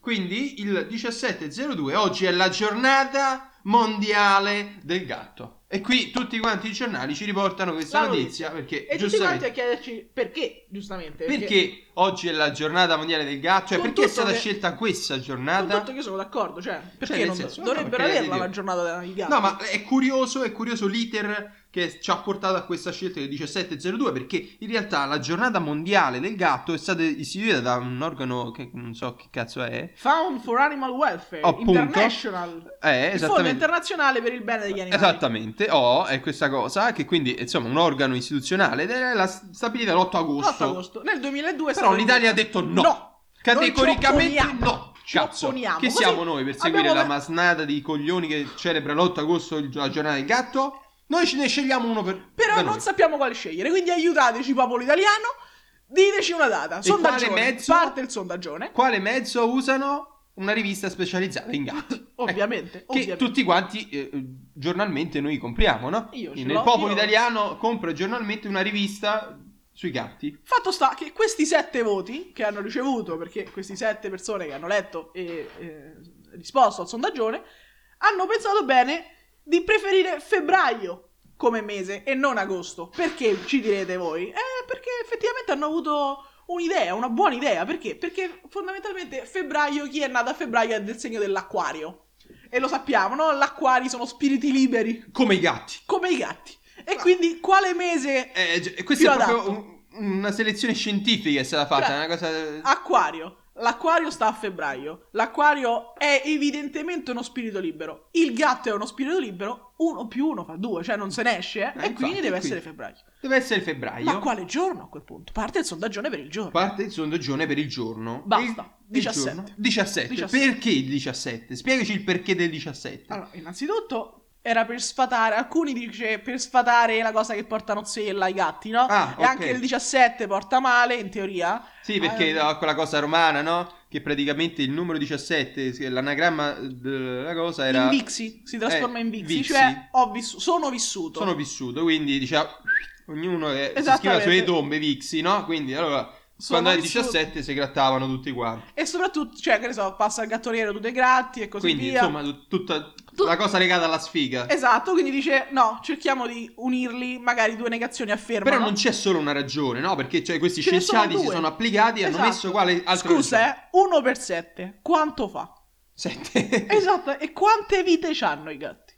Quindi il 1702 oggi è la giornata mondiale del gatto. E qui tutti quanti i giornali ci riportano questa La notizia perché E tutti quanti giustamente a chiederci perché, giustamente. perché, oggi è la giornata mondiale del gatto, cioè Con perché è tutto stata che- scelta questa Con giornata? tutto che io sono d'accordo, cioè, perché nel non, senso, no, dovrebbero perché la averla devi- la giornata della del gatto? No, ma è curioso, è curioso l'iter che ci ha portato a questa scelta del 1702 perché in realtà la giornata mondiale del gatto è stata istituita da un organo che non so che cazzo è. Found for Animal Welfare Appunto. Eh, International. Eh, Il fondo esattamente. internazionale per il bene degli animali. Esattamente, oh, è questa cosa che quindi insomma un organo istituzionale ed è la- stabilita l'8 agosto. 8 agosto. Nel 2002 è Però stato- l'Italia ha detto no. No. Noi ci Categoricamente opponiamo. no. Ci Cazzo, opponiamo. chi Così siamo noi per seguire abbiamo- la masnada di coglioni che celebra l'8 agosto il- la giornata del gatto? Noi ce ne scegliamo uno per Però da non noi. sappiamo quale scegliere, quindi aiutateci popolo italiano, diteci una data. E Sondaggione. quale mezzo? Parte il eh? sondaggione. quale mezzo usano una rivista specializzata in gatti. Ovviamente, Ecco, che ovviamente. tutti quanti eh, giornalmente noi compriamo, no? Io ce Nel l'ho, popolo io- italiano compra giornalmente una rivista sui gatti. Fatto sta che questi sette voti che hanno ricevuto, perché queste sette persone che hanno letto e eh, risposto al sondaggione, hanno pensato bene di preferire febbraio come mese e non agosto. Perché ci direte voi? Eh, perché effettivamente hanno avuto un'idea, una buona idea. Perché? Perché fondamentalmente febbraio, chi è nato a febbraio è del segno dell'acquario. E lo sappiamo, no? L'acquari sono spiriti liberi, Come i gatti. come i gatti. E quindi quale mese Eh, gi- e questa Più è proprio un- una selezione scientifica che è stata fatta, Bra- una cosa... Ah. Acquario. L'acquario sta a febbraio. L'acquario è evidentemente uno spirito libero. Il gatto è uno spirito libero. Uno più uno fa due, cioè non se ne esce. eh, e infatti, quindi deve quindi. Ah, essere febbraio. Deve essere febbraio. Ma quale giorno a quel punto? Parte il sondaggione per il giorno. Parte il sondaggione per il giorno. Basta, Il- il 17. giorno- 17. 17. Perché il 17? Spiegaci il perché del 17. Allora, innanzitutto era per sfatare. Alcuni dice per sfatare la cosa che porta nozzella ai gatti, no? Ah, E ok. anche il 17 porta male, in teoria. Sì, perché Ah. no, quella cosa romana, no? Che praticamente il numero 17, sì, l'anagramma della cosa era... eh, In vixi, si trasforma in vixi, vixi. cioè ho vissu- sono vissuto. Sono vissuto, quindi diciamo... Ognuno che si scriveva Esattamente. sulle tombe, Vixi, no? Quindi allora, Sono quando era il vissuto. 17 si grattavano tutti quanti. E soprattutto, cioè, che ne so, passa il gattoniere tutti i gratti e così Quindi, via. insomma, tut- tutta Tu- la cosa legata alla sfiga. Esatto, quindi dice no, cerchiamo di unirli, magari due negazioni affermano. Però non c'è solo una ragione, no? Perché cioè, questi Ce ne sono scienziati si due. sono applicati e hanno Esatto. messo quale altra Scusa, eh, uno per sette, quanto fa? Sette. Esatto, e quante vite c'hanno i gatti?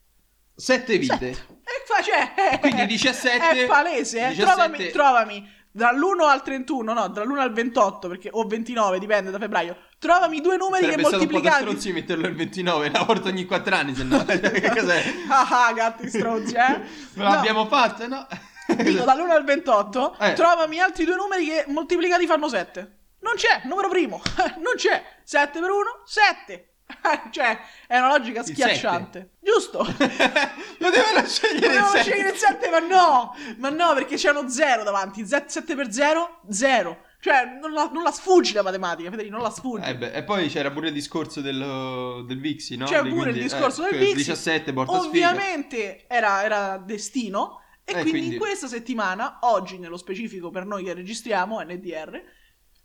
Sette vite. Sette. E qua c'è... eh, Quindi 17 È palese, eh. 17 Trovami, trovami dall'1 al 31, no, dall'1 al 28, perché, o 29, dipende da febbraio. Trovami due numeri Sarebbe che stato un po' da moltiplicati stronzi metterlo il 29 una volta ogni 4 anni, se no. Cioè, che cos'è? Ah ah, gatti stronzi, eh? Me No. l'abbiamo fatta, no? Dico dall'1 al 28, Eh. trovami altri due numeri che moltiplicati fanno 7. Non c'è, numero primo, non c'è. 7 per 1, 7. cioè, è una logica Il schiacciante. Giusto? Lo devono scegliere il Dovevamo sette. scegliere il 7, ma no! Ma no, perché c'è uno 0 davanti. 7 per 0, 0. Cioè, non la, non la sfuggi la matematica, Federico, non la sfuggi. Eh beh, e poi c'era pure il discorso del, del Vixi, no? C'è Lì, pure il quindi, discorso eh, del quel Vixi. 17 porta sfiga. Ovviamente era, era destino. Eh, E quindi, quindi. in questa settimana, oggi nello specifico per noi che registriamo NDR,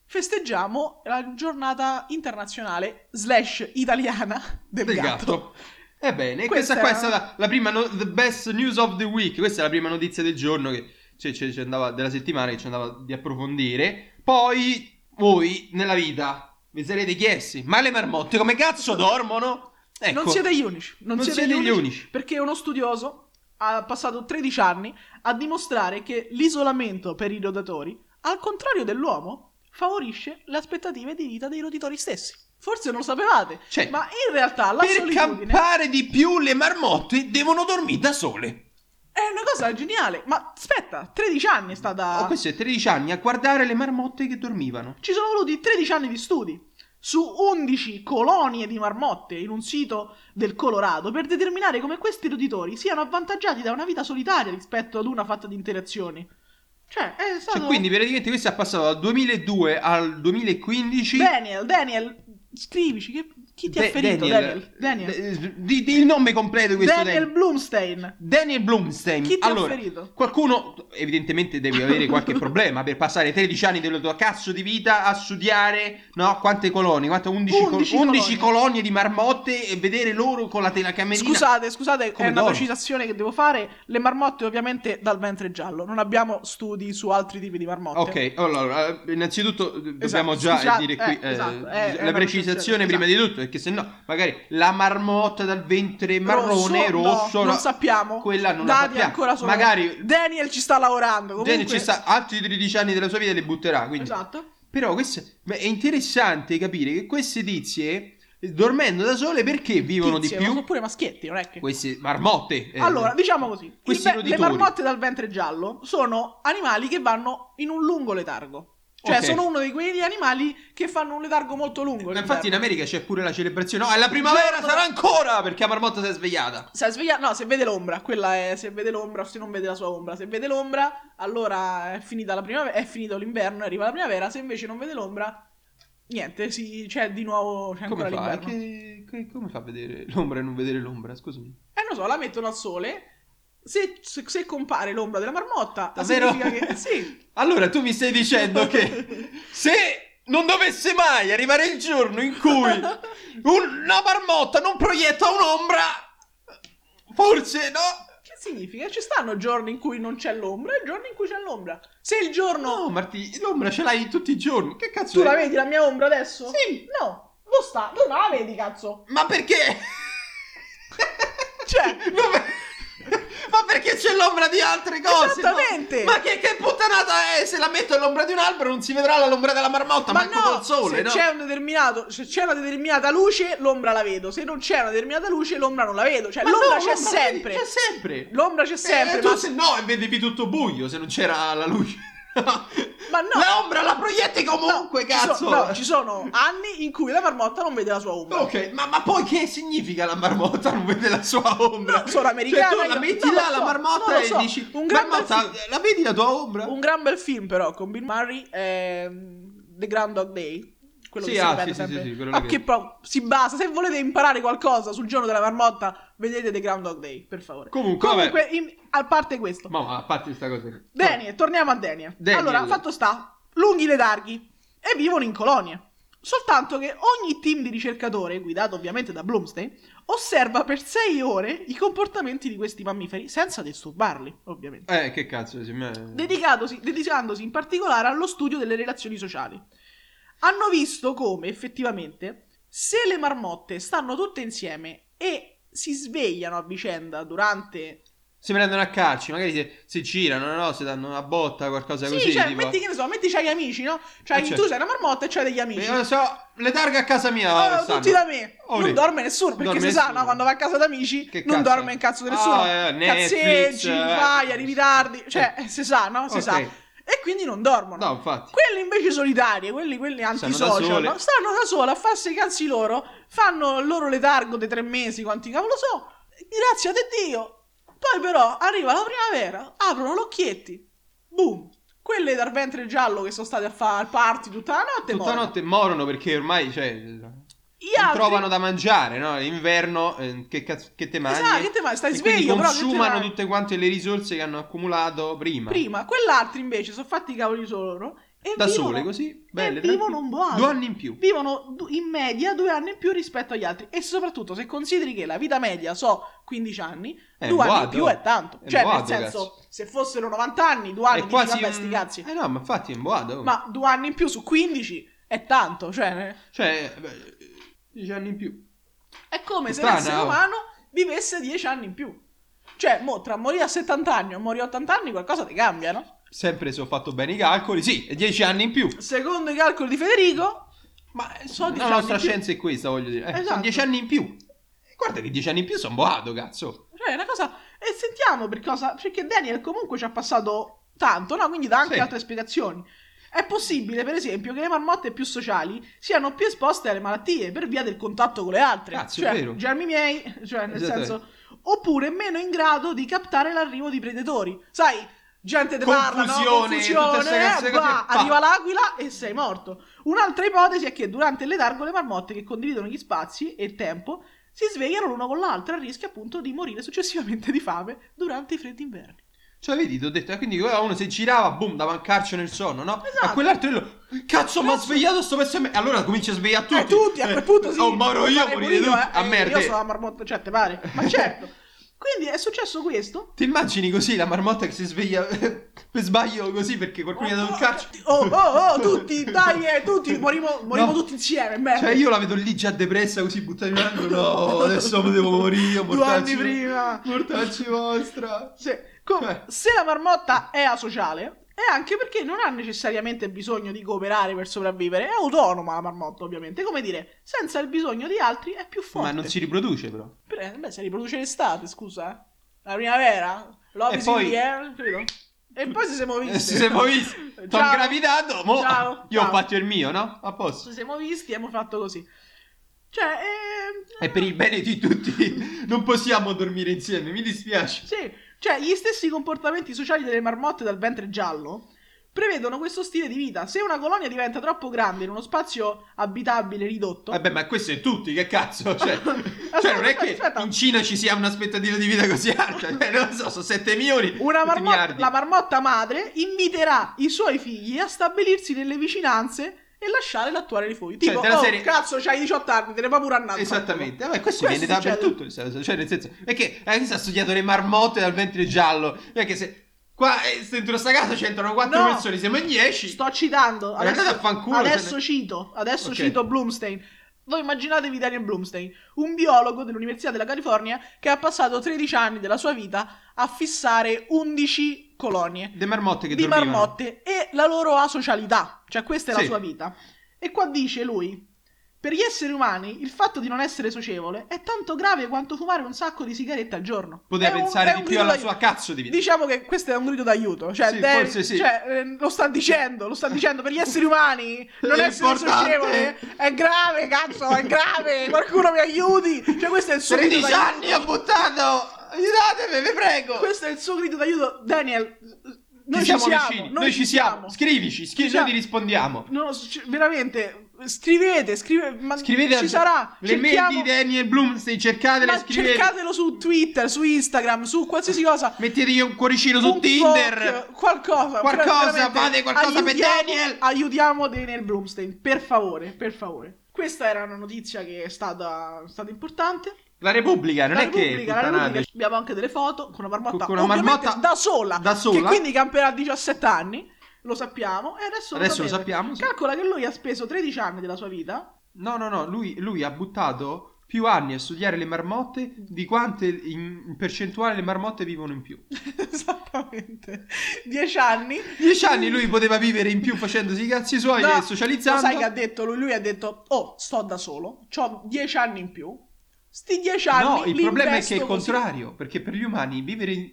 festeggiamo la giornata internazionale slash italiana del, del gatto. gatto. Ebbene, Questa questa, qua è era- stata la prima no- the best news of the week. Questa è la prima notizia del giorno che cioè, cioè, ci andava della settimana che ci andava di approfondire. Poi voi nella vita vi sarete chiesti: "Ma le marmotte come cazzo dormono?" Ecco. Non siete gli unici. Non, Non siete, gli, unici. Perché uno studioso ha passato 13 anni a dimostrare che l'isolamento per i rodatori, al contrario dell'uomo, favorisce le aspettative di vita dei roditori stessi. Forse non lo sapevate, Cioè, ma in realtà la per solitudine... campare di più le marmotte devono dormire da sole. È una cosa geniale. Ma aspetta, 13 anni è stata. Ho questo è 13 anni a guardare le marmotte che dormivano. Ci sono voluti 13 anni di studi su 11 colonie di marmotte in un sito del Colorado per determinare come questi roditori siano avvantaggiati da una vita solitaria rispetto ad una fatta di interazioni. Cioè, è stato. Cioè, quindi praticamente questo è passato dal 2002 al 2015 Daniel, Daniel, scrivici che Chi ti ha ferito, Daniel? Daniel, D- di- di il nome completo di questo Daniel Bloomstein. Daniel Bloomstein. Chi ti allora, ha ferito? qualcuno, evidentemente, devi avere qualche problema per passare 13 anni della tua cazzo di vita a studiare, no? Quante colonie? Quante? 11, col- 11 11 colonie. colonie di marmotte e vedere loro con la telecamerina. Scusate, scusate, Come è una dorme? precisazione che devo fare. Le marmotte, ovviamente, dal ventre giallo. Non abbiamo studi su altri tipi di marmotte. Ok, allora, eh, innanzitutto eh, dobbiamo Esatto, già eh, scusate, dire qui eh, eh, esatto, la eh, è una precisazione precisazione, prima di tutto, perché se no magari la marmotta dal ventre Rosso? marrone, No, rosso, non no, sappiamo. quella non Dati la sappiamo. ancora solo. Magari Daniel ci sta lavorando. Comunque... Daniel ci sta altri 13 anni della sua vita e li butterà, quindi Esatto. Però questo, ma è interessante capire che queste tizie, eh, dormendo da sole, perché vivono Tizie, di ma più? Sono pure maschietti, non è che. Queste marmotte. eh, Allora, diciamo così: il questi ve- le roditori. marmotte dal ventre giallo sono animali che vanno in un lungo letargo. Cioè, Ok. sono uno di quegli animali che fanno un letargo molto lungo. Infatti in l'inverno. America c'è pure la celebrazione. No, è la primavera Giorno- sarà ancora perché la marmotta si è svegliata. Se sveglia- no, se vede l'ombra, quella è se vede l'ombra o se non vede la sua ombra. Se vede l'ombra, allora è finita la primavera, è finito l'inverno, e arriva la primavera. Se invece non vede l'ombra, niente, si- c'è di nuovo c'è ancora Come fa? l'inverno. Che- che- come fa a vedere l'ombra e non vedere l'ombra? Scusami. Eh, non so, la mettono al sole. Se, se- se compare l'ombra della marmotta, Davvero? significa che sì. Allora tu mi stai dicendo che se non dovesse mai arrivare il giorno in cui una marmotta non proietta un'ombra, forse no. Che significa? Ci stanno giorni in cui non c'è l'ombra e giorni in cui c'è l'ombra. Se il giorno No, Marti, l'ombra ce l'hai tutti i giorni. Che cazzo tu è? la vedi la mia ombra adesso? Sì. No, non sta, tu non la vedi, cazzo. Ma perché? Cioè- ma, per- ma perché c'è l'ombra di altre cose? no? Esattamente. Ma che, che puttanata è? Se la metto all'ombra di un albero non si vedrà l'ombra della marmotta, Ma manco no, col sole, se no? c'è un determinato se c'è una determinata luce, l'ombra la vedo. Se non c'è una determinata luce, l'ombra non la vedo. Cioè, Ma l'ombra no, c'è sempre. C'è sempre. L'ombra c'è sempre, Eh, tu ma- se no e vedevi tutto buio se non c'era la luce. Ma no. L'ombra la proietti comunque, No, ci so- cazzo. no, ci sono anni in cui la marmotta non vede la sua ombra. Ok, ma, ma poi che significa la marmotta non vede la sua ombra? No, sono americana, Cioè, tu la io- metti non lo là, so, la marmotta non lo e so. dici: Un gran Marmotta, bel la vedi la tua ombra? Un gran bel film però con Bill Murray ehm, The Grand Dog Day. Quello Sì, che si ah, sì, ripete sì, sempre. sì, sì, quello Ma che- che pro- si basa. Se volete imparare qualcosa sul giorno della marmotta, vedete The Grand Dog Day, per favore. Comunque, Comunque, in- a parte questo. Ma, ma a parte questa cosa, qui. Daniel, torniamo a Daniel. Daniel. Allora, fatto sta, lunghi letarghi e vivono in colonie. Soltanto che ogni team di ricercatore, guidato ovviamente da Bloomstein, osserva per 6 ore i comportamenti di questi mammiferi senza disturbarli, ovviamente. eh, che cazzo, se me... Dedicatosi- dedicandosi in particolare allo studio delle relazioni sociali. Hanno visto come effettivamente se le marmotte stanno tutte insieme e si svegliano a vicenda durante... si prendono a calci, magari se, si girano, no, no, se danno una botta, qualcosa Sì, così. cioè, tipo. metti che ne so, metti c'hai gli amici, no? Cioè, Eh, certo. tu sei una marmotta e c'hai degli amici. Io Eh, lo so, le targhe a casa mia. Allora, stanno. tutti da me. Oh, lì. non dorme nessuno, perché Dorme si sa, nessuno. no, quando va a casa d'amici Che non cazzo? dorme in cazzo di nessuno. Ah, eh, Netflix, Cazzeggi, eh. vai, arrivi tardi. Cioè, si sa, no? Si Ok. sa. E quindi non dormono. No, infatti. Quelli invece solitari, quelli, quelli antisocial, da sole. no? stanno da soli a farsi i cazzi loro, fanno il loro letargo dei tre mesi, quanti cavolo so, grazie a te Dio. Poi però arriva la primavera, aprono gli occhietti, boom, quelle dal ventre giallo che sono state a fare al party tutta la notte, Tutta muoiono. notte morono perché ormai, cioè, non Gli altri- trovano da mangiare, no? L'inverno, eh, che cazzo, che te mangi? Esatto, che te mangi? Stai E quindi sveglio, però che te consumano mangi? tutte quante le risorse che hanno accumulato prima. Prima, quell'altro invece sono fatti i cavoli loro e Da vivono- sole, così, belle. e vivono tranquille. un boato. Due anni in più. vivono du- in media due anni in più rispetto agli altri e soprattutto se consideri che la vita media so 15 anni È due un anni in Eh, boato. più è tanto È un cioè nel boato, senso cazzo. se fossero 90 anni due anni è dici, quasi vabbè un- sti cazzi Eh no, ma infatti è un boato. ma due anni in più su 15 è tanto cioè Cioè, beh, dieci anni in più. è come se Puttana, l'essere oh. umano vivesse 10 anni in più cioè mo, tra morire a 70 anni o morire a 80 anni qualcosa ti cambia no? Sempre se ho fatto bene i calcoli, sì, è dieci anni in più. secondo i calcoli di Federico Ma sono dieci la anni nostra in più. scienza è questa, voglio dire. Eh, Esatto. Sono dieci anni in più. Guarda che dieci anni in più sono boato, cazzo. Cioè, è una cosa. E sentiamo per cosa. Perché Daniel comunque ci ha passato tanto, no? Quindi dà anche Sì. altre spiegazioni. È possibile, per esempio, che le marmotte più sociali siano più esposte alle malattie per via del contatto con le altre. Cazzo, è cioè, vero. Esatto. germi miei, cioè, nel Esattamente. senso. Oppure meno in grado di captare l'arrivo di predatori. Sai, gente de parla, no? Confusione, tutte confusione, queste cazzo di eh, cose, va, pa. arriva l'aquila e sei morto. Un'altra ipotesi è che durante il letargo le marmotte che condividono gli spazi e il tempo si svegliano l'una con l'altra a rischio appunto di morire successivamente di fame durante i freddi inverni. Cioè, vedi, ti ho detto, eh, quindi quella uno si girava, boom, da mancarci nel sonno, no? Esatto. A quell'altro lo, cazzo, mi ha svegliato sto pezzo di me. E Allora comincia a svegliare tutti. Eh, tutti, a quel punto sì. Oh, moro io, Fare morire pulito, tutti. eh. A Eh, merda. Io sono la marmotta, cioè, te pare? Ma certo. Quindi è successo questo. Ti immagini così la marmotta che si sveglia per sbaglio così perché qualcuno gli ha dato un calcio? Oh, oh, oh, tutti, dai, eh, tutti, morimo, morimo No. tutti insieme, merda. Cioè io la vedo lì già depressa così buttata in un angolo. No, adesso devo morire. Due anni mortacci- prima. Mortacci vostra. Se, com- Eh. Cioè, se la marmotta è asociale, è anche perché non ha necessariamente bisogno di cooperare per sopravvivere. È autonoma la marmotta, ovviamente. Come dire, senza il bisogno di altri è più forte. Ma non si riproduce però. Per- beh, si riproduce l'estate, scusa. eh. La primavera? L'Ovis E poi- in the air, capito? E poi ci siamo visti. Eh, Ci siamo visti. T'ho Ciao. gravidato. Mo, Ciao, io ciao. ho fatto il mio, no? A posto. Ci siamo visti e abbiamo fatto così. Cioè, ehm, È per il bene di tutti. Non possiamo dormire insieme, mi dispiace. Sì, cioè gli stessi comportamenti sociali delle marmotte dal ventre giallo prevedono questo stile di vita. Se una colonia diventa troppo grande in uno spazio abitabile ridotto, Vabbè, ma questo è tutti, che cazzo? Cioè, cioè, non è che aspetta. in Cina ci sia un'aspettativa di vita così alta. Cioè, non lo so, sono 7 milioni. una 7 marmotta, miliardi. la marmotta madre inviterà i suoi figli a stabilirsi nelle vicinanze e lasciare l'attuale rifugio. Cioè, Tipo, della oh, serie- cazzo, c'hai 18 anni, te ne va pure a nato. Esattamente, vabbè, questo, Questo viene succede. dappertutto. questa cosa. Cioè, nel senso, perché eh, si ha studiato le marmotte dal ventre giallo. Perché se qua eh, dentro sta casa c'entrano 4 No. persone, siamo in 10. Sto citando. Ma andate a fanculo, adesso se ne- cito, adesso Ok. cito Bloomstein. Voi immaginatevi Daniel Bloomstein, un biologo dell'Università della California che ha passato 13 anni della sua vita a fissare 11 colonie Le marmotte che di dormivano. marmotte e la loro asocialità, cioè questa è la Sì. sua vita. E qua dice lui, per gli esseri umani il fatto di non essere socievole è tanto grave quanto fumare un sacco di sigarette al giorno. Poteva È un- pensare è un di più grido alla d'aiuto. sua cazzo di vita. Diciamo che questo è un grido d'aiuto. Cioè, Sì, de- forse sì. cioè, eh, lo sta dicendo, lo sta dicendo per gli esseri umani. Non È essere importante. socievole è grave, cazzo, è grave. Qualcuno mi aiuti. Cioè, questo è il suo grido 13 d'aiuto. anni ho buttato. Aiutatemi, vi prego. Questo è il suo grido d'aiuto, Daniel. Noi Ti ci siamo, vicini, noi ci siamo. Scrivici, scrivici, siamo. noi ti rispondiamo. No, c- veramente, scrivete, scrive, ma Scrivete ci al- sarà. le mail di Daniel Bloom, se cercatele, ma scrivete. cercatelo su Twitter, su Instagram, su qualsiasi cosa. Mettetegli un cuoricino su Un Tinder. fork, qualcosa, Qualcosa, veramente. fate qualcosa per Aiutiamo- Daniel. Aiutiamo Daniel Bloomstein, per favore, per favore. Questa era una notizia che è stata, stata importante. La Repubblica, non La è Repubblica, la che Repubblica. puttanate. abbiamo anche delle foto con una marmotta, Con una ovviamente marmotta da sola, da sola. che quindi camperà 17 anni, lo sappiamo e adesso, Adesso lo sapete. sappiamo, sì. Calcola che lui ha speso 13 anni della sua vita No, no, no, lui, lui ha buttato più anni a studiare le marmotte di quante in in percentuale le marmotte vivono in più. Esattamente. Dieci anni. 10 anni lui poteva vivere in più facendosi i cazzi suoi No, e socializzando. Lo sai che ha detto lui? Lui ha detto, oh, sto da solo, ho dieci anni in più. Sti dieci anni No, il li problema è investo che è il così." contrario, perché per gli umani vivere in-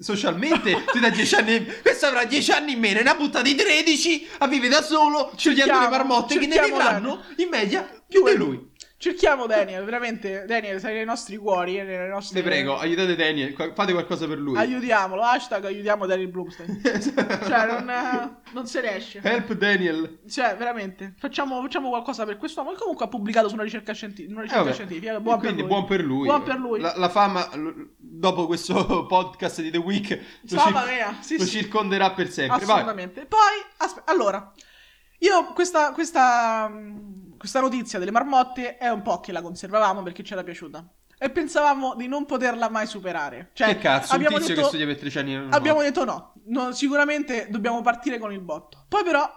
socialmente ti dà 10 anni, questo avrà 10 anni in meno, ne ha buttati 13 a vivere da solo, scegliendo le Cerchiamo- marmotte che ne cerchiamo vivranno in media più Più di di lui. Cerchiamo Daniel, veramente. Daniel, sei nei nostri cuori e nelle nostre... Vi prego, aiutate Daniel, qua- fate qualcosa per lui. Aiutiamolo, hashtag aiutiamo Daniel Bloomstein. Cioè, non, eh, non se ne esce. Help Daniel. Cioè, veramente, facciamo, facciamo qualcosa per quest'uomo. Che comunque ha pubblicato su una ricerca, scienti- una Eh, ricerca vabbè. scientifica. Buon per Quindi lui. buon per lui. Buon per lui. La, la fama, l- dopo questo podcast di The Week, lo, Mamma cir- mia, sì, lo sì. circonderà per sempre. Vai. Assolutamente. Poi, aspe- allora, io questa, questa, mh, questa notizia delle marmotte è un po' che la conservavamo perché ci era piaciuta. E pensavamo di non poterla mai superare. Cioè, Che cazzo, un abbiamo tizio detto, che studia per 13 anni. in una Abbiamo detto no, no, sicuramente dobbiamo partire con il botto. Poi però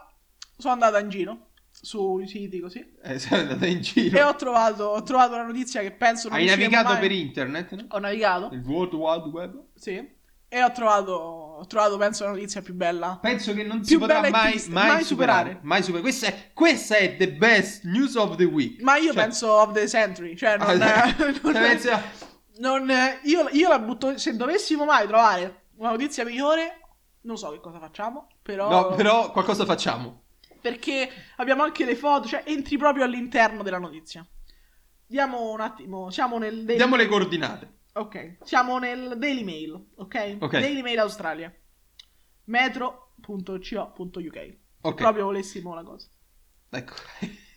sono andata in giro sui siti così Eh, sei andata in giro. e ho trovato, ho trovato una notizia che penso non Hai usciremo navigato mai. Oh. per internet, no? Ho navigato, Il World Wide Web? sì. E ho trovato, ho trovato, penso, la notizia più bella Penso che non si Più bella potrà e mai, triste, mai mai superare. superare. Mai superare. Questa è, questa è the best news of the week. Ma io Cioè- penso of the century, cioè non, Ah, non- cioè, pensi a- non- io, io la butto, se dovessimo mai trovare una notizia migliore, non so che cosa facciamo, però, No, però qualcosa facciamo. perché abbiamo anche le foto, cioè entri proprio all'interno della notizia. Diamo un attimo, siamo nel Daily, Diamo le coordinate. ok, siamo nel Daily Mail, ok? Ok. Daily Mail Australia. metro.co.uk. Ok. Proprio volessimo una cosa. Ecco.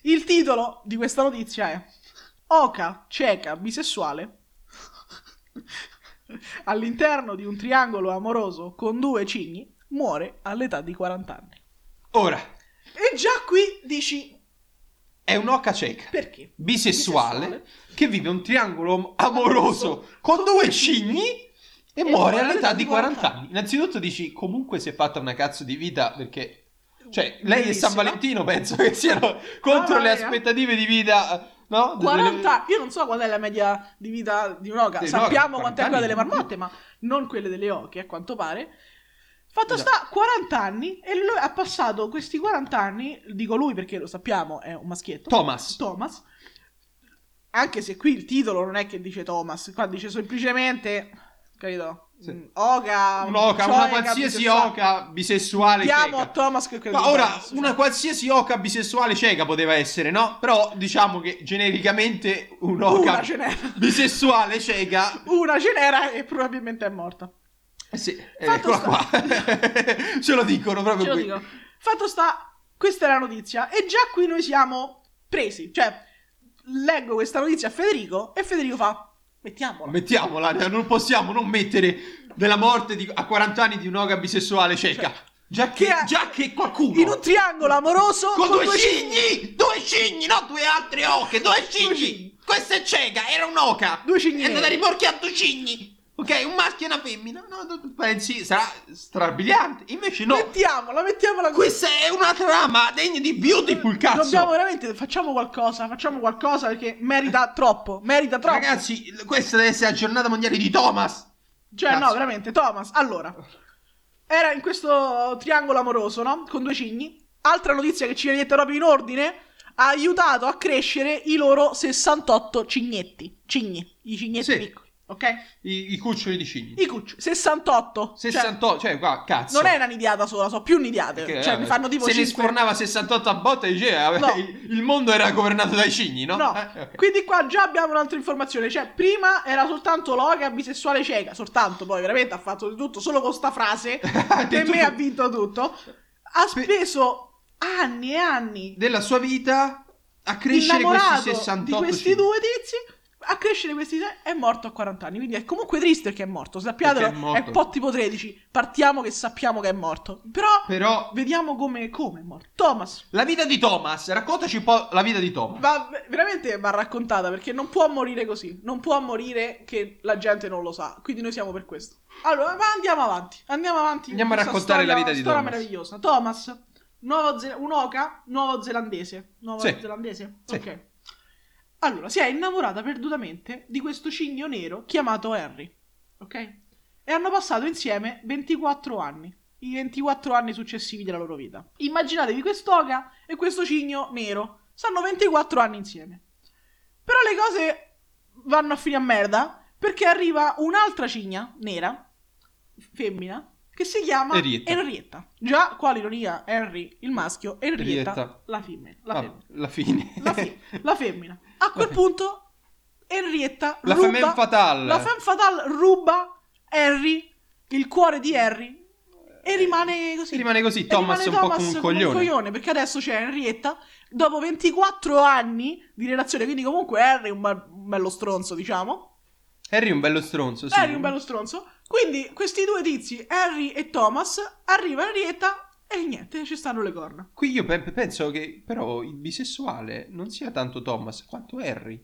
Il titolo di questa notizia è Oca, cieca, bisessuale, all'interno di un triangolo amoroso con due cigni, muore all'età di 40 anni. Ora, E già qui dici è un'oca cieca, perché? bisessuale, Bisessuale. che vive un triangolo amoroso con due cigni e muore all'età di 40 anni. Innanzitutto dici, comunque si è fatta una cazzo di vita perché... Cioè, lei e Bellissima. San Valentino penso che siano contro Mamma le mia. aspettative di vita, no? 40, io non so qual è la media di vita di un'oca, Dei sappiamo noga, quant'è 40 quella delle anni. marmotte, ma non quelle delle oche, a quanto pare. Fatto Già. sta 40 anni e lui ha passato questi 40 anni, dico lui perché lo sappiamo, è un maschietto. Thomas. Thomas. Anche se qui il titolo non è che dice Thomas, qua dice semplicemente, capito? Sì. Mm, Oca, cioè, Un'oca, una cioeca, qualsiasi bisessuale. oca bisessuale Diamo a cieca. Thomas che credo. Ma di ora, Thomas. una cioè, qualsiasi oca bisessuale cieca poteva essere, no? Però diciamo che genericamente un'oca Una ce n'era. bisessuale cieca... Una ce n'era e probabilmente è morta. Eh sì, eh, Fatto eccola qua. Ce lo dicono proprio Ce lo qui. dico. Fatto sta, questa è la notizia. E già qui noi siamo presi. Cioè, leggo questa notizia a Federico e Federico fa: Mettiamola. Mettiamola, non possiamo non mettere della morte di- a 40 anni di un'oca bisessuale cieca. Cioè, già, che, che- già che qualcuno... In un triangolo amoroso con, due, cigni! Due cigni, no due altre oche, due cigni! Questa è cieca, era un'oca! Due cigni È andata neri. rimorchiando cigni! Ok, un maschio e una femmina. No, tu- tu pensi, sarà strabiliante. Invece no, Mettiamola, mettiamola qui. questa è una trama degna di Beautiful, cazzo! Dobbiamo veramente, facciamo qualcosa, facciamo qualcosa perché merita troppo, merita troppo. Ragazzi, l- questa deve essere la giornata mondiale di Thomas! cioè, no, cazzo. veramente, Thomas, allora. Era in questo triangolo amoroso, no? Con due cigni. Altra notizia che ci viene detta proprio in ordine. Ha aiutato a crescere i loro 68 cignetti. Cigni, i cignetti Sì. piccoli, ok? I, i cuccioli di cigni. I cucci, 68. cioè, 68, cioè, qua, cazzo. non è una nidiata sola, sono più nidiate. Perché, cioè, eh, ne fanno tipo se ne 5. sfornava 68 a botta diceva No. il, il mondo era governato dai cigni, no? No, Eh, ok. quindi qua già abbiamo un'altra informazione. Cioè, prima era soltanto l'oca bisessuale cieca, soltanto poi veramente ha fatto di tutto solo con sta frase. Ha che detto me ha tu- vinto tutto. Ha Spe- speso anni e anni della sua vita a crescere innamorato questi 68 di questi cigni. due tizi. A crescere questi tre è morto a 40 anni, quindi è comunque triste che è morto. Sappiatelo, è, Perché è morto. un po' tipo 13. Partiamo che sappiamo che è morto. Però Però vediamo come, come è morto. Thomas, la vita di Thomas, raccontaci un po' la vita di Thomas. va, veramente va raccontata perché non può morire così. Non può morire che la gente non lo sa. Quindi noi siamo per questo. Allora, ma andiamo avanti. Andiamo avanti. Andiamo a Questa raccontare storia- la vita di storia Thomas. meravigliosa. Thomas, nuovo Ze- un'oca nuovozelandese. Nuovozelandese? Sì. Ok. Allora, si è innamorata perdutamente di questo cigno nero chiamato Henry. Ok? E hanno passato insieme 24 anni. I 24 anni successivi della loro vita. Immaginatevi quest'oca e questo cigno nero. Stanno 24 anni insieme. Però le cose vanno a fine a merda perché arriva un'altra cigna nera, femmina, che si chiama Henrietta. Henrietta. Già, quale ironia, Henry il maschio, Henrietta, Henrietta. la femmina. La Ah, femmina. la fine. La, fe- la femmina. A quel La fe- punto Henrietta La ruba... femme fatale. La femme fatale ruba Harry, il cuore di Harry, e rimane così. Eh, Rimane così, E Thomas rimane è un po' come un come coglione. perché adesso c'è Henrietta, dopo 24 anni di relazione, quindi comunque Harry è un, bel- un bello stronzo, diciamo. Harry è un bello stronzo, sì. Harry è un bello stronzo. Quindi questi due tizi, Harry e Thomas, arriva Henrietta e niente, ci stanno le corna. Qui io pe- penso che però il bisessuale non sia tanto Thomas quanto Harry.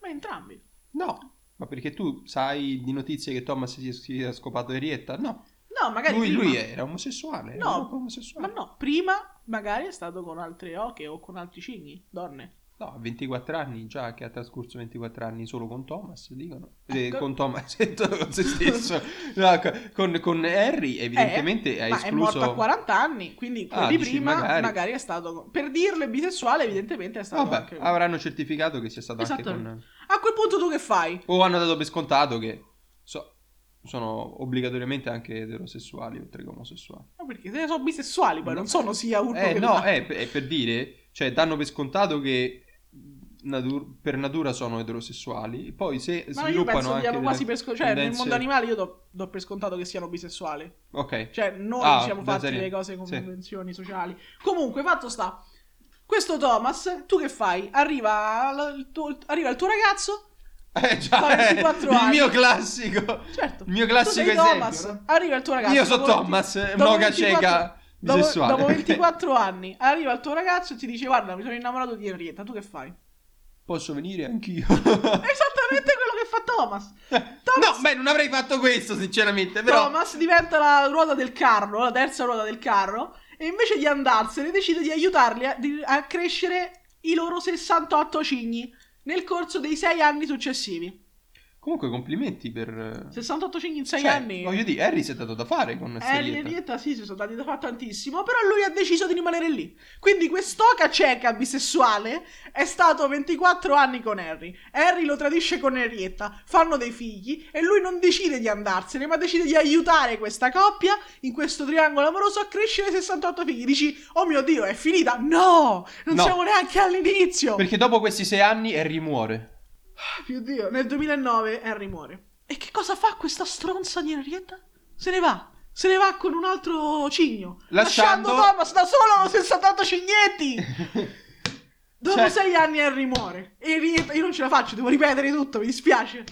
Ma entrambi. No, ma perché tu sai di notizie che Thomas si sia scopato Henrietta? No, No, magari lui, prima- lui era omosessuale. era No, proprio omosessuale. Ma no, prima magari è stato con altre oche o con altri cigni, donne. No, a 24 anni già che ha trascorso 24 anni solo con Thomas, dicono. Eh, Ecco. con Thomas, con se stesso. No, co- con, con Harry evidentemente ha Eh, ma è morto escluso... a 40 anni, quindi quello Ah, di dici, prima magari. magari. è stato... con- Per dirlo è bisessuale evidentemente è stato Vabbè, ah. anche... Esatto. avranno certificato che sia stato anche con... Esattamente. A quel punto tu che fai? O hanno dato per scontato che so- sono obbligatoriamente anche eterosessuali oltre che omosessuali. No, perché se ne sono bisessuali poi, No. non sono sia uno Eh che no, l'altro. eh, per- è per dire, cioè danno per scontato che natu- per natura sono eterosessuali, poi se Ma io sviluppano penso di anche averlo delle quasi per scontato. Cioè, nel tendenze- mondo animale io do, do per scontato che siano bisessuali. Ok. Cioè, noi Ah, siamo da fatti serie. le cose con Sì. convenzioni sociali. Comunque, fatto sta. Questo Thomas, tu che fai? Arriva l- il tuo, arriva il tuo ragazzo. Eh, già, Fa eh, 24 il anni. mio classico. Certo. Il mio Tu classico sei esempio. Thomas. no? Arriva il tuo ragazzo. Io sono dopo venti- Thomas, dopo moga 24 cieca Dopo, bisessuale. dopo 24 anni arriva il tuo ragazzo e ti dice guarda mi sono innamorato di Henrietta, tu che fai? Posso venire anch'io? Esattamente quello che fa Thomas. Thomas- No, beh, non avrei fatto questo, sinceramente, Eh, però Thomas diventa la ruota del carro, la terza ruota del carro, e invece di andarsene decide di aiutarli a, di- a crescere i loro 68 cigni nel corso dei 6 anni successivi. comunque complimenti per eh, 68 cigni in 6 Cioè, anni. Eh, Voglio dire, Harry si è dato da fare con questa Harry e dieta. Rietta sì, si sono dati da fare tantissimo, però lui ha deciso di rimanere lì. Quindi quest'oca cieca bisessuale è stato 24 anni con Harry. Harry lo tradisce con Henrietta, fanno dei figli e lui non decide di andarsene, ma decide di aiutare questa coppia in questo triangolo amoroso a crescere 68 figli. Dici, oh mio Dio, è finita? No! Non No. siamo neanche all'inizio! Perché dopo questi sei anni Harry muore. Mio Dio, nel 2009 Harry muore. E che cosa fa questa stronza di Henrietta? Se ne va. Se ne va con un altro cigno. Lasciando- Thomas da solo con 68 cignetti. Dopo Cioè- sei anni Harry muore. E Henrietta, io non ce la faccio, devo ripetere tutto, mi dispiace.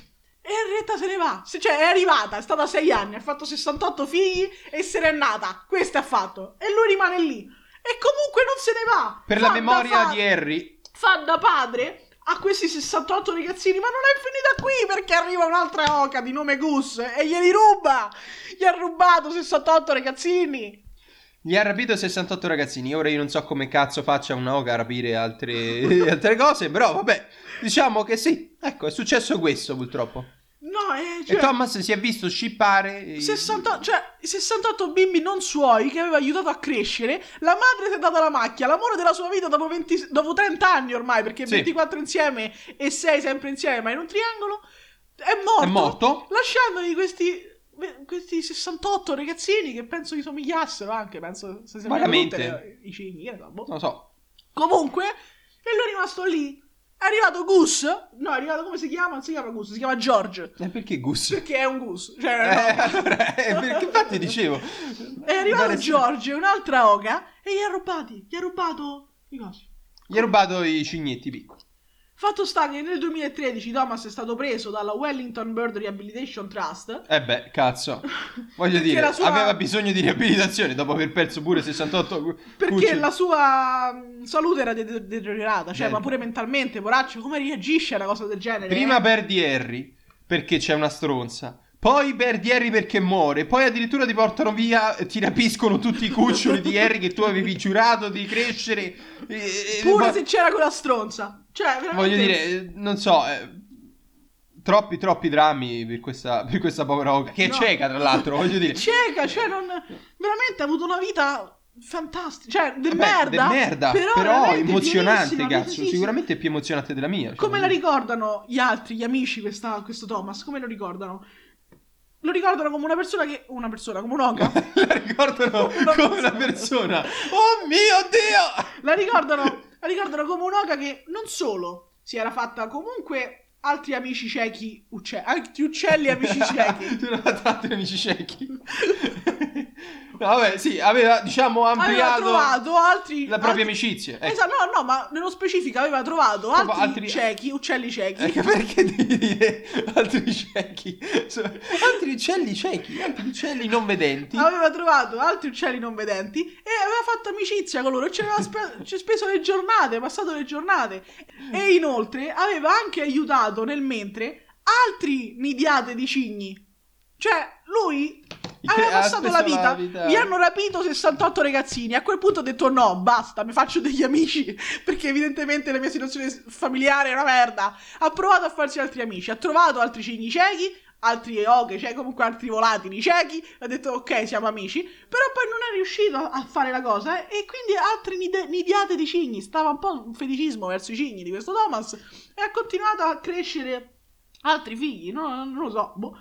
E Henrietta se ne va. Se- cioè, è arrivata, è stata sei anni, ha fatto 68 figli e se n'è nata. Questo ha fatto. E lui rimane lì. E comunque non se ne va. Per Fa la da memoria fa- di Harry. fa da padre a questi 68 ragazzini, ma non è finita qui perché arriva un'altra oca di nome Gus e glieli ruba! Gli ha rubato 68 ragazzini! Gli ha rapito 68 ragazzini. Ora io non so come cazzo faccia una oca a rapire altre, altre cose, però vabbè. Diciamo che sì. Ecco, è successo questo purtroppo. No, eh, e cioè, Thomas si è visto scippare. eh, 68, cioè, i 68 bimbi non suoi che aveva aiutato a crescere, la madre si è data la macchia, l'amore della sua vita dopo, 20 dopo 30 anni ormai, perché Sì. 24 insieme e 6 sempre insieme, ma in un triangolo, è morto. È morto. lasciandogli questi questi 68 ragazzini che penso gli somigliassero anche penso se sembrano Vagamente. tutte le- i cigni che ne so, boh. Non lo so. comunque e lui è rimasto lì è arrivato Gus no è arrivato come si chiama non si chiama Gus si chiama George E perché Gus? perché è un Gus cioè Eh, no. allora, eh, perché infatti dicevo. è arrivato Dare- George un'altra oga e gli ha rubati gli ha rubato i cosi Gli ha rubato i cignetti piccoli. fatto sta che nel 2013 Thomas è stato preso dalla Wellington Bird Rehabilitation Trust Eh beh, cazzo. Voglio Perché dire, la sua- aveva bisogno di riabilitazione dopo aver perso pure 68 cu- Perché cuccioli. la sua mh, salute era de- de- deteriorata, cioè, Bene. ma pure mentalmente, poraccio, come reagisce a una cosa del genere? Prima eh? perdi Harry perché c'è una stronza. Poi perdi Harry perché muore. Poi addirittura ti portano via, eh, ti rapiscono tutti i cuccioli di Harry che tu avevi giurato di crescere. eh, eh, Pure ma- se c'era quella stronza. Cioè, veramente... Voglio dire, eh, non so, eh, troppi troppi drammi per questa, per questa povera oca, che è No. cieca tra l'altro, voglio dire. Cieca, cioè, non... Veramente ha avuto una vita fantastica, cioè, de Vabbè, merda. de merda, però, veramente emozionante, pienissima, cazzo, pienissima. sicuramente più emozionante della mia. cioè, Come la voglio dire. ricordano gli altri, gli amici, questa- questo Thomas? Come lo ricordano? Lo ricordano come una persona che... Una persona, come un'oca. la ricordano Una come una persona. Oh mio Dio! la ricordano, la ricordano come un'oca che non solo si era fatta comunque altri amici ciechi, ucce- altri uccelli amici ciechi. Tu non hai fatto altri amici ciechi. No, Vabbè, sì, aveva, diciamo, Aveva ampliato trovato altri... la propria altri- amicizia. Ecco. Esatto, no, no, ma nello specifico aveva trovato Proprio altri, altri- ciechi, uccelli ciechi. Ecco perché devi dire altri ciechi? So- Altri uccelli ciechi, altri uccelli non vedenti. Aveva trovato altri uccelli non vedenti e aveva fatto amicizia con loro e ci aveva spe- ci ha speso le giornate, passato le giornate. E inoltre aveva anche aiutato nel mentre altri nidiate di cigni. Cioè, lui aveva Eh, Ha passato speso la vita, gli hanno rapito 68 ragazzini. A quel punto ho detto no, basta, mi faccio degli amici, perché evidentemente la mia situazione s- familiare è una merda. Ha provato a farsi altri amici, ha trovato altri cigni ciechi, altri oche, cioè comunque altri volatili ciechi, ha detto ok, siamo amici, però poi non è riuscito a a fare la cosa eh, e quindi altre nide- nidiate di cigni, stava un po' un feticismo verso i cigni di questo Thomas e ha continuato a crescere altri figli, no? non lo so, boh.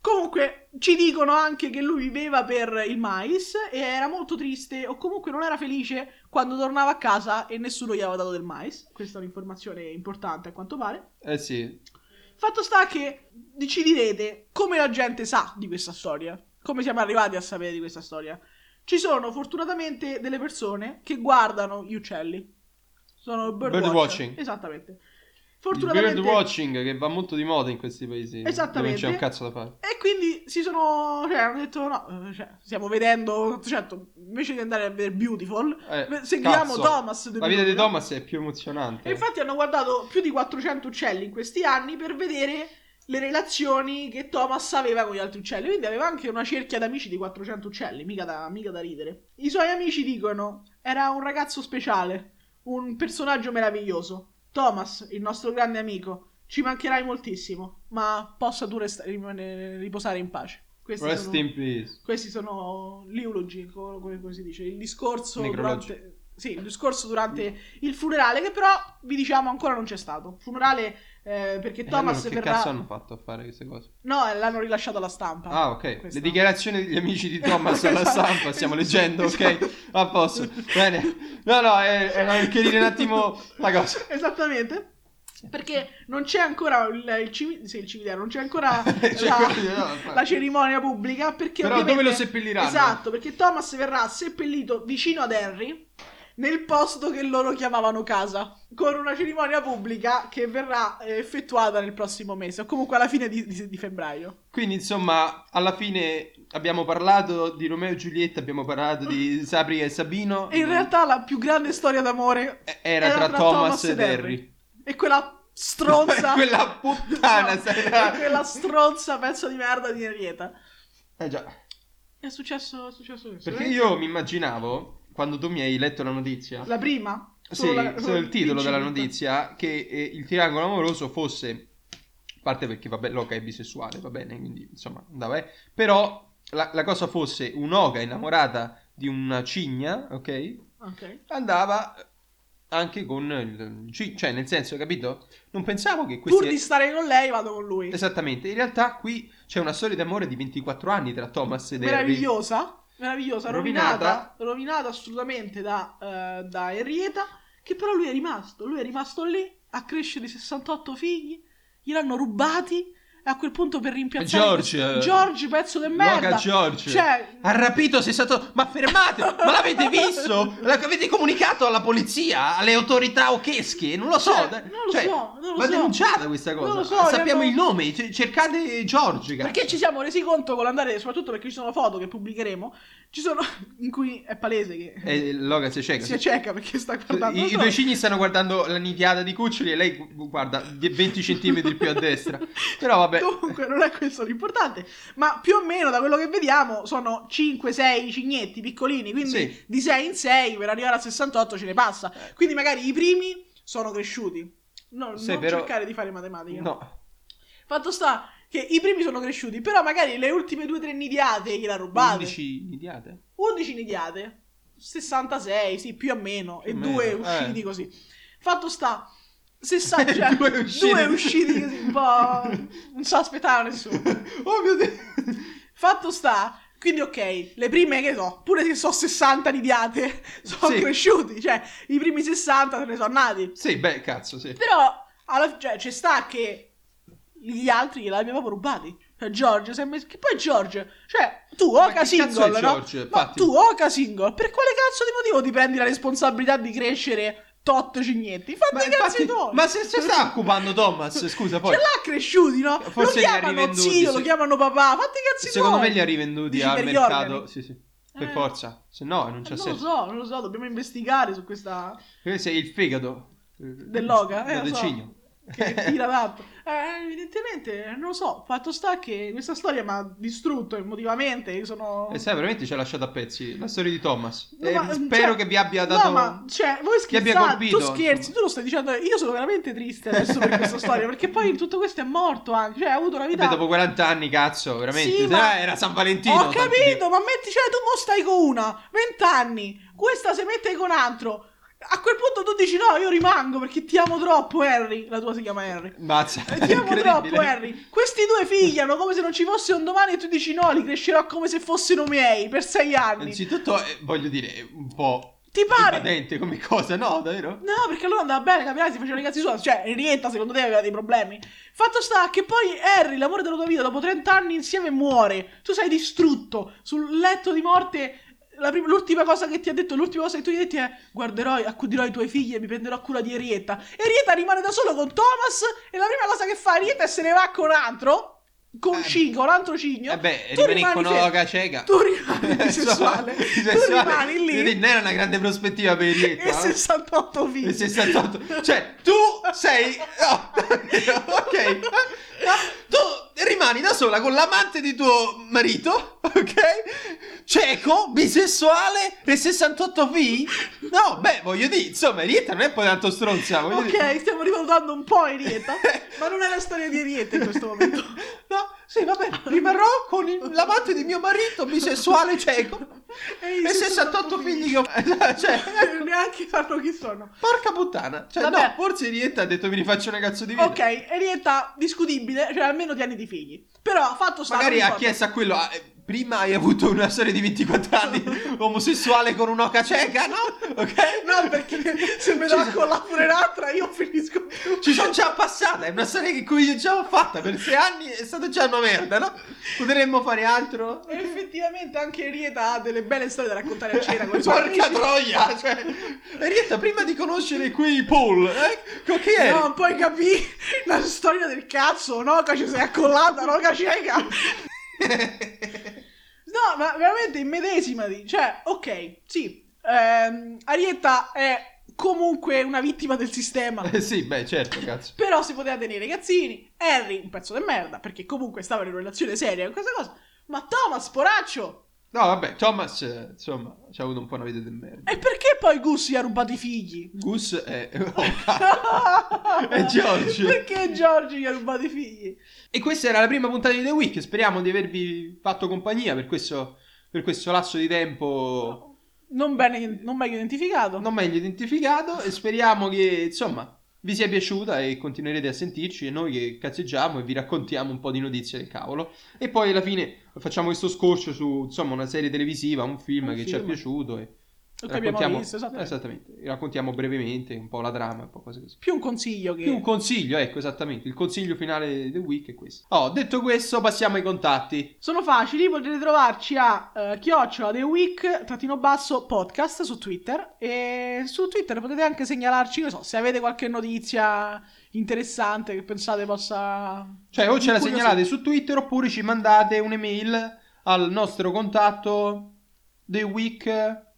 Comunque ci dicono anche che lui viveva per il mais e era molto triste o comunque non era felice quando tornava a casa e nessuno gli aveva dato del mais. Questa è un'informazione importante a quanto pare. Eh sì, Fatto sta che ci direte come la gente sa di questa storia, come siamo arrivati a sapere di questa storia. Ci sono fortunatamente delle persone che guardano gli uccelli. Sono bird Bird watching. watching. Esattamente. il Fortunatamente bird watching che va molto di moda in questi paesi. dove Non Esattamente. c'è un cazzo da fare. E quindi si sono. Cioè, hanno detto: no, eh, cioè, stiamo vedendo. Certo, invece di andare a vedere Beautiful, Eh, seguiamo cazzo. Thomas. the La vita di Beautiful. Thomas è più emozionante. E infatti hanno guardato più di 400 uccelli in questi anni per vedere le relazioni che Thomas aveva con gli altri uccelli. Quindi aveva anche una cerchia di amici di 400 uccelli, mica da, mica da ridere. I suoi amici dicono: era un ragazzo speciale, un personaggio meraviglioso. Thomas, il nostro grande amico, ci mancherai moltissimo, ma possa tu resta- rimane- riposare in pace. Questi Rest sono- in peace. questi sono l'iologi, co- come, come si dice, il discorso Necrologi. durante... Sì, il discorso durante il funerale, che però vi diciamo ancora non c'è stato. Funerale eh, perché Eh, Thomas allora, che verrà... cazzo hanno fatto a fare queste cose? No, eh, l'hanno rilasciato alla stampa. Ah, ok. Questa- Le dichiarazioni degli amici di Thomas alla stampa, stiamo leggendo, Esatto. ok? A posto. Bene. No, no, è- era anche dire Eh, un attimo la cosa. Esattamente. Perché non c'è ancora il, il cimitero, sì, il cimitero, non c'è ancora Cioè, la, quindi, no, la cerimonia pubblica perché Però dove lo ovviamente- seppelliranno? Esatto, perché Thomas verrà seppellito vicino ad Harry nel posto che loro chiamavano casa, con una cerimonia pubblica che verrà eh, effettuata nel prossimo mese, o comunque alla fine di, di- di febbraio. Quindi, insomma, alla fine abbiamo parlato di Romeo e Giulietta, abbiamo parlato di Sabri e Sabino. E in realtà la più grande storia d'amore Eh, era, tra, Thomas, ed Harry. è quella stronza... Quella puttana, No, sarà- è quella stronza pezzo di merda di Henrietta. Eh già. È successo, è successo questo. Perché eh? io mi immaginavo, quando tu mi hai letto la notizia, La prima? Sì, la- solo il titolo della incinta. notizia che eh, il triangolo amoroso fosse a parte perché vabbè l'oca è bisessuale, va bene, quindi insomma, andava eh. però la, la cosa fosse un'oca innamorata di una cigna, ok? Ok. Andava anche con il ci- cioè nel senso, capito? Non pensavo che Pur questi Esatto, di stare con lei vado con lui. Esattamente, in realtà qui c'è una storia d'amore di 24 anni tra Thomas ed Harry. meravigliosa, meravigliosa, rovinata, Rovinata. rovinata assolutamente da, eh, da Henrietta, che però lui è rimasto, lui è rimasto lì a crescere i 68 figli, gliel'hanno rubati e a quel punto per rimpiazzare George, eh, George pezzo di merda. Loga George. Cioè, Ha rapito 68. Ma fermate! Ma l'avete visto? L'avete comunicato alla polizia? Alle autorità ochesche? Non lo so. Cioè, non lo Cioè, so, non lo va so. denunciata questa cosa. Eh, Non lo so, Sappiamo hanno- il nome. c- cercate George. cazzo. Perché ci siamo resi conto con l'andare, soprattutto perché ci sono foto che pubblicheremo, ci sono in cui è palese che Eh, Logan si è cieca. si è cieca perché sta guardando. I, i solo. due cigni stanno guardando la nidiata di cuccioli e lei gu- guarda di- 20 centimetri più a destra. Però vabbè. Comunque non è questo l'importante, ma più o meno da quello che vediamo sono 5-6 cignetti piccolini, quindi Sì. Eh. di 6 in 6 per arrivare a 68 ce ne passa. Quindi magari i primi sono cresciuti. No, Sì, non però- cercare di fare matematica. No. Fatto sta che i primi sono cresciuti, però magari le ultime 2-3 nidiate gliela rubate. 11, 11 nidiate. nidiate, 66, sì, più o meno, Più e o meno, due eh. usciti così. Fatto sta 60, cioè, Due usciti. due usciti così un po' non si aspettava Ah, nessuno. Oh mio Dio. Fatto sta, quindi ok, le prime che so, pure se so 60 nidiate, sono Sì. cresciuti, cioè i primi 60 se ne sono nati. Sì, beh, cazzo, sì. Però alla, cioè, ci sta che gli altri gliel'abbiamo proprio rubati. Cioè, George, si è messo- che poi George, cioè tu Ma Oca chi cazzo è single, no? George? Ma Infatti. tu Oca single, per quale cazzo di motivo ti prendi la responsabilità di crescere tot cignetti? Fatti i cazzi infatti- tuoi. ma se se sta occupando Thomas, scusa, poi Ce l'ha cresciuti, no? Forse lo li ha chiamano rivenduti, zio, sì. lo chiamano papà, fatti i cazzi secondo tuoi. me li ha rivenduti Dici al per gli mercato, organi? sì, sì, per Eh. forza, se no non c'è non lo senso. so, non lo so, dobbiamo investigare su questa Perché sei il fegato dell'oca. Eh, del lo so, cigno. Che tira tanto. Eh, evidentemente, non lo so, fatto sta che questa storia mi ha distrutto emotivamente, io sono... E sai, veramente ci ha lasciato a pezzi la storia di Thomas. No, Eh, ma, spero cioè, che vi abbia no, dato... ma, cioè, voi che abbia scherzate, tu colpito, scherzi, insomma. tu lo stai dicendo, io sono veramente triste adesso per questa storia, perché poi tutto questo è morto anche, cioè ha avuto una vita... Vabbè, dopo 40 anni, cazzo, veramente. Sì, Dai, ma- Era San Valentino. Ho tanto capito, ma metti, cioè, tu mo stai con una, 20 anni, questa si mette con altro. A quel punto tu dici no, io rimango perché ti amo troppo, Harry. La tua si chiama Harry. Mazza, Ti amo Eh, troppo, incredibile. Harry. Questi due figliano come se non ci fosse un domani e tu dici no, li crescerò come se fossero miei per sei anni. Innanzitutto, eh, voglio dire, è un po' Ti pare? invadente come cosa, no, davvero? No, perché allora andava bene, capirai, si faceva i cazzi suoi. Cioè, Henrietta, secondo te, aveva dei problemi. Fatto sta che poi Harry, l'amore della tua vita, dopo 30 anni insieme muore. Tu sei distrutto. Sul letto di morte, la prima- l'ultima cosa che ti ha detto, l'ultima cosa che tu gli hai detto è guarderò, e accudirò i tuoi figli e mi prenderò cura di Henrietta. Henrietta rimane da solo con Thomas e la prima cosa che fa Henrietta è se ne va con un altro, con Eh, Cigno, un altro Cigno. Eh beh, Tu rimani rimani con fermo. Oga cieca. Tu rimani bisessuale. tu Bisessuale. rimani Quindi lì. Non era una grande prospettiva per Henrietta. E no? 68 figli. E 68. Cioè, tu sei... no, ok. No, tu rimani da sola con l'amante di tuo marito, ok? Cieco, bisessuale e 68 figli? No, beh, voglio dire, insomma, Henrietta non è poi tanto stronza, voglio dire. Ok, stiamo rivalutando un po' Henrietta, ma non è la storia di Henrietta in questo momento. No, sì, vabbè, rimarrò con il- l'amante di mio marito, bisessuale cieco. E i Eh, E 68 figli che ho. cioè, Neanche sanno chi sono. porca puttana. Cioè, Vabbè. no, forse Rietta ha detto mi rifaccio una cazzo di vita. Ok, Henrietta discutibile, cioè almeno di anni di figli. Però fatto sta Magari non ha importa. chiesto a quello. "Ah, eh, Prima hai avuto una storia di 24 anni omosessuale con un'oca cieca, no? Ok? No, perché se me Ci la sono- colla pure l'altra io finisco più. Ci sono già passata, è una storia che cui io già ho fatta per sei anni, è stata già una merda, no? Potremmo fare altro? E effettivamente anche Henrietta ha delle belle storie da raccontare a cena con i suoi Porca amici. troia! Cioè, Rietta, prima di conoscere qui Paul, eh, con chi eri? No, poi capì la storia del cazzo, no? Che ci sei accollata, no? Che cieca. No, ma veramente immedesimati. Cioè, ok, sì. Ehm, Arietta è comunque una vittima del sistema. Eh sì, beh, certo, cazzo. Però si poteva tenere i cazzini. Harry, un pezzo di merda, perché comunque stava in una relazione seria con questa cosa. Ma Thomas, poraccio! No, vabbè, Thomas, eh, insomma, ci ha avuto un po' una vita del merda. E perché poi Gus gli ha rubato i figli? Gus è... oh, cazzo. E George? Perché George gli ha rubato i figli? e questa era la prima puntata di The Week, speriamo di avervi fatto compagnia per questo, per questo lasso di tempo Non, bene, non meglio identificato. non meglio identificato e speriamo che, insomma, vi sia piaciuta e continuerete a sentirci e noi che cazzeggiamo e vi raccontiamo un po' di notizie del cavolo. E poi alla fine facciamo questo scorcio su, insomma, una serie televisiva, un film Un che ci è film. piaciuto e... Lo che abbiamo visto, esatto. esattamente. Esatto. esattamente. Raccontiamo brevemente un po' la trama, un po' cose così. Più un consiglio che... Più un consiglio, ecco, esattamente. Il consiglio finale del week è questo. Oh, detto questo, passiamo ai contatti. Sono facili, potete trovarci a eh, chiocciola The Week trattino basso podcast su Twitter e su Twitter potete anche segnalarci, che ne so, se avete qualche notizia interessante che pensate possa Cioè, o ce la Incuriosito. segnalate su Twitter oppure ci mandate un'email al nostro contatto theweek.redazione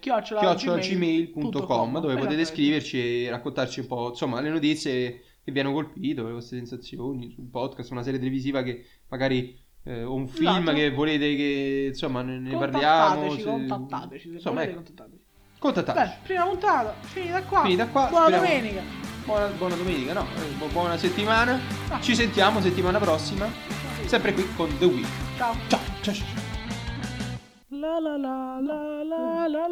chiocciola, chiocciolagmail.com dove potete Esattamente. scriverci e raccontarci un po' insomma le notizie che vi hanno colpito, le vostre sensazioni sul podcast, una serie televisiva che magari eh, o un film Esatto. che volete che insomma ne, ne parliamo, Contattateci, se- contattateci, se insomma, volete, ecco, contattateci. contattateci. Beh, prima puntata, finita qua. Finita qua, Buona speriamo- domenica. Buona, buona domenica, no, eh, bu- buona settimana. Ah. Ci sentiamo settimana prossima, sempre qui con The Week. Ciao. Ciao, ciao, ciao. ciao. La la la la la la la.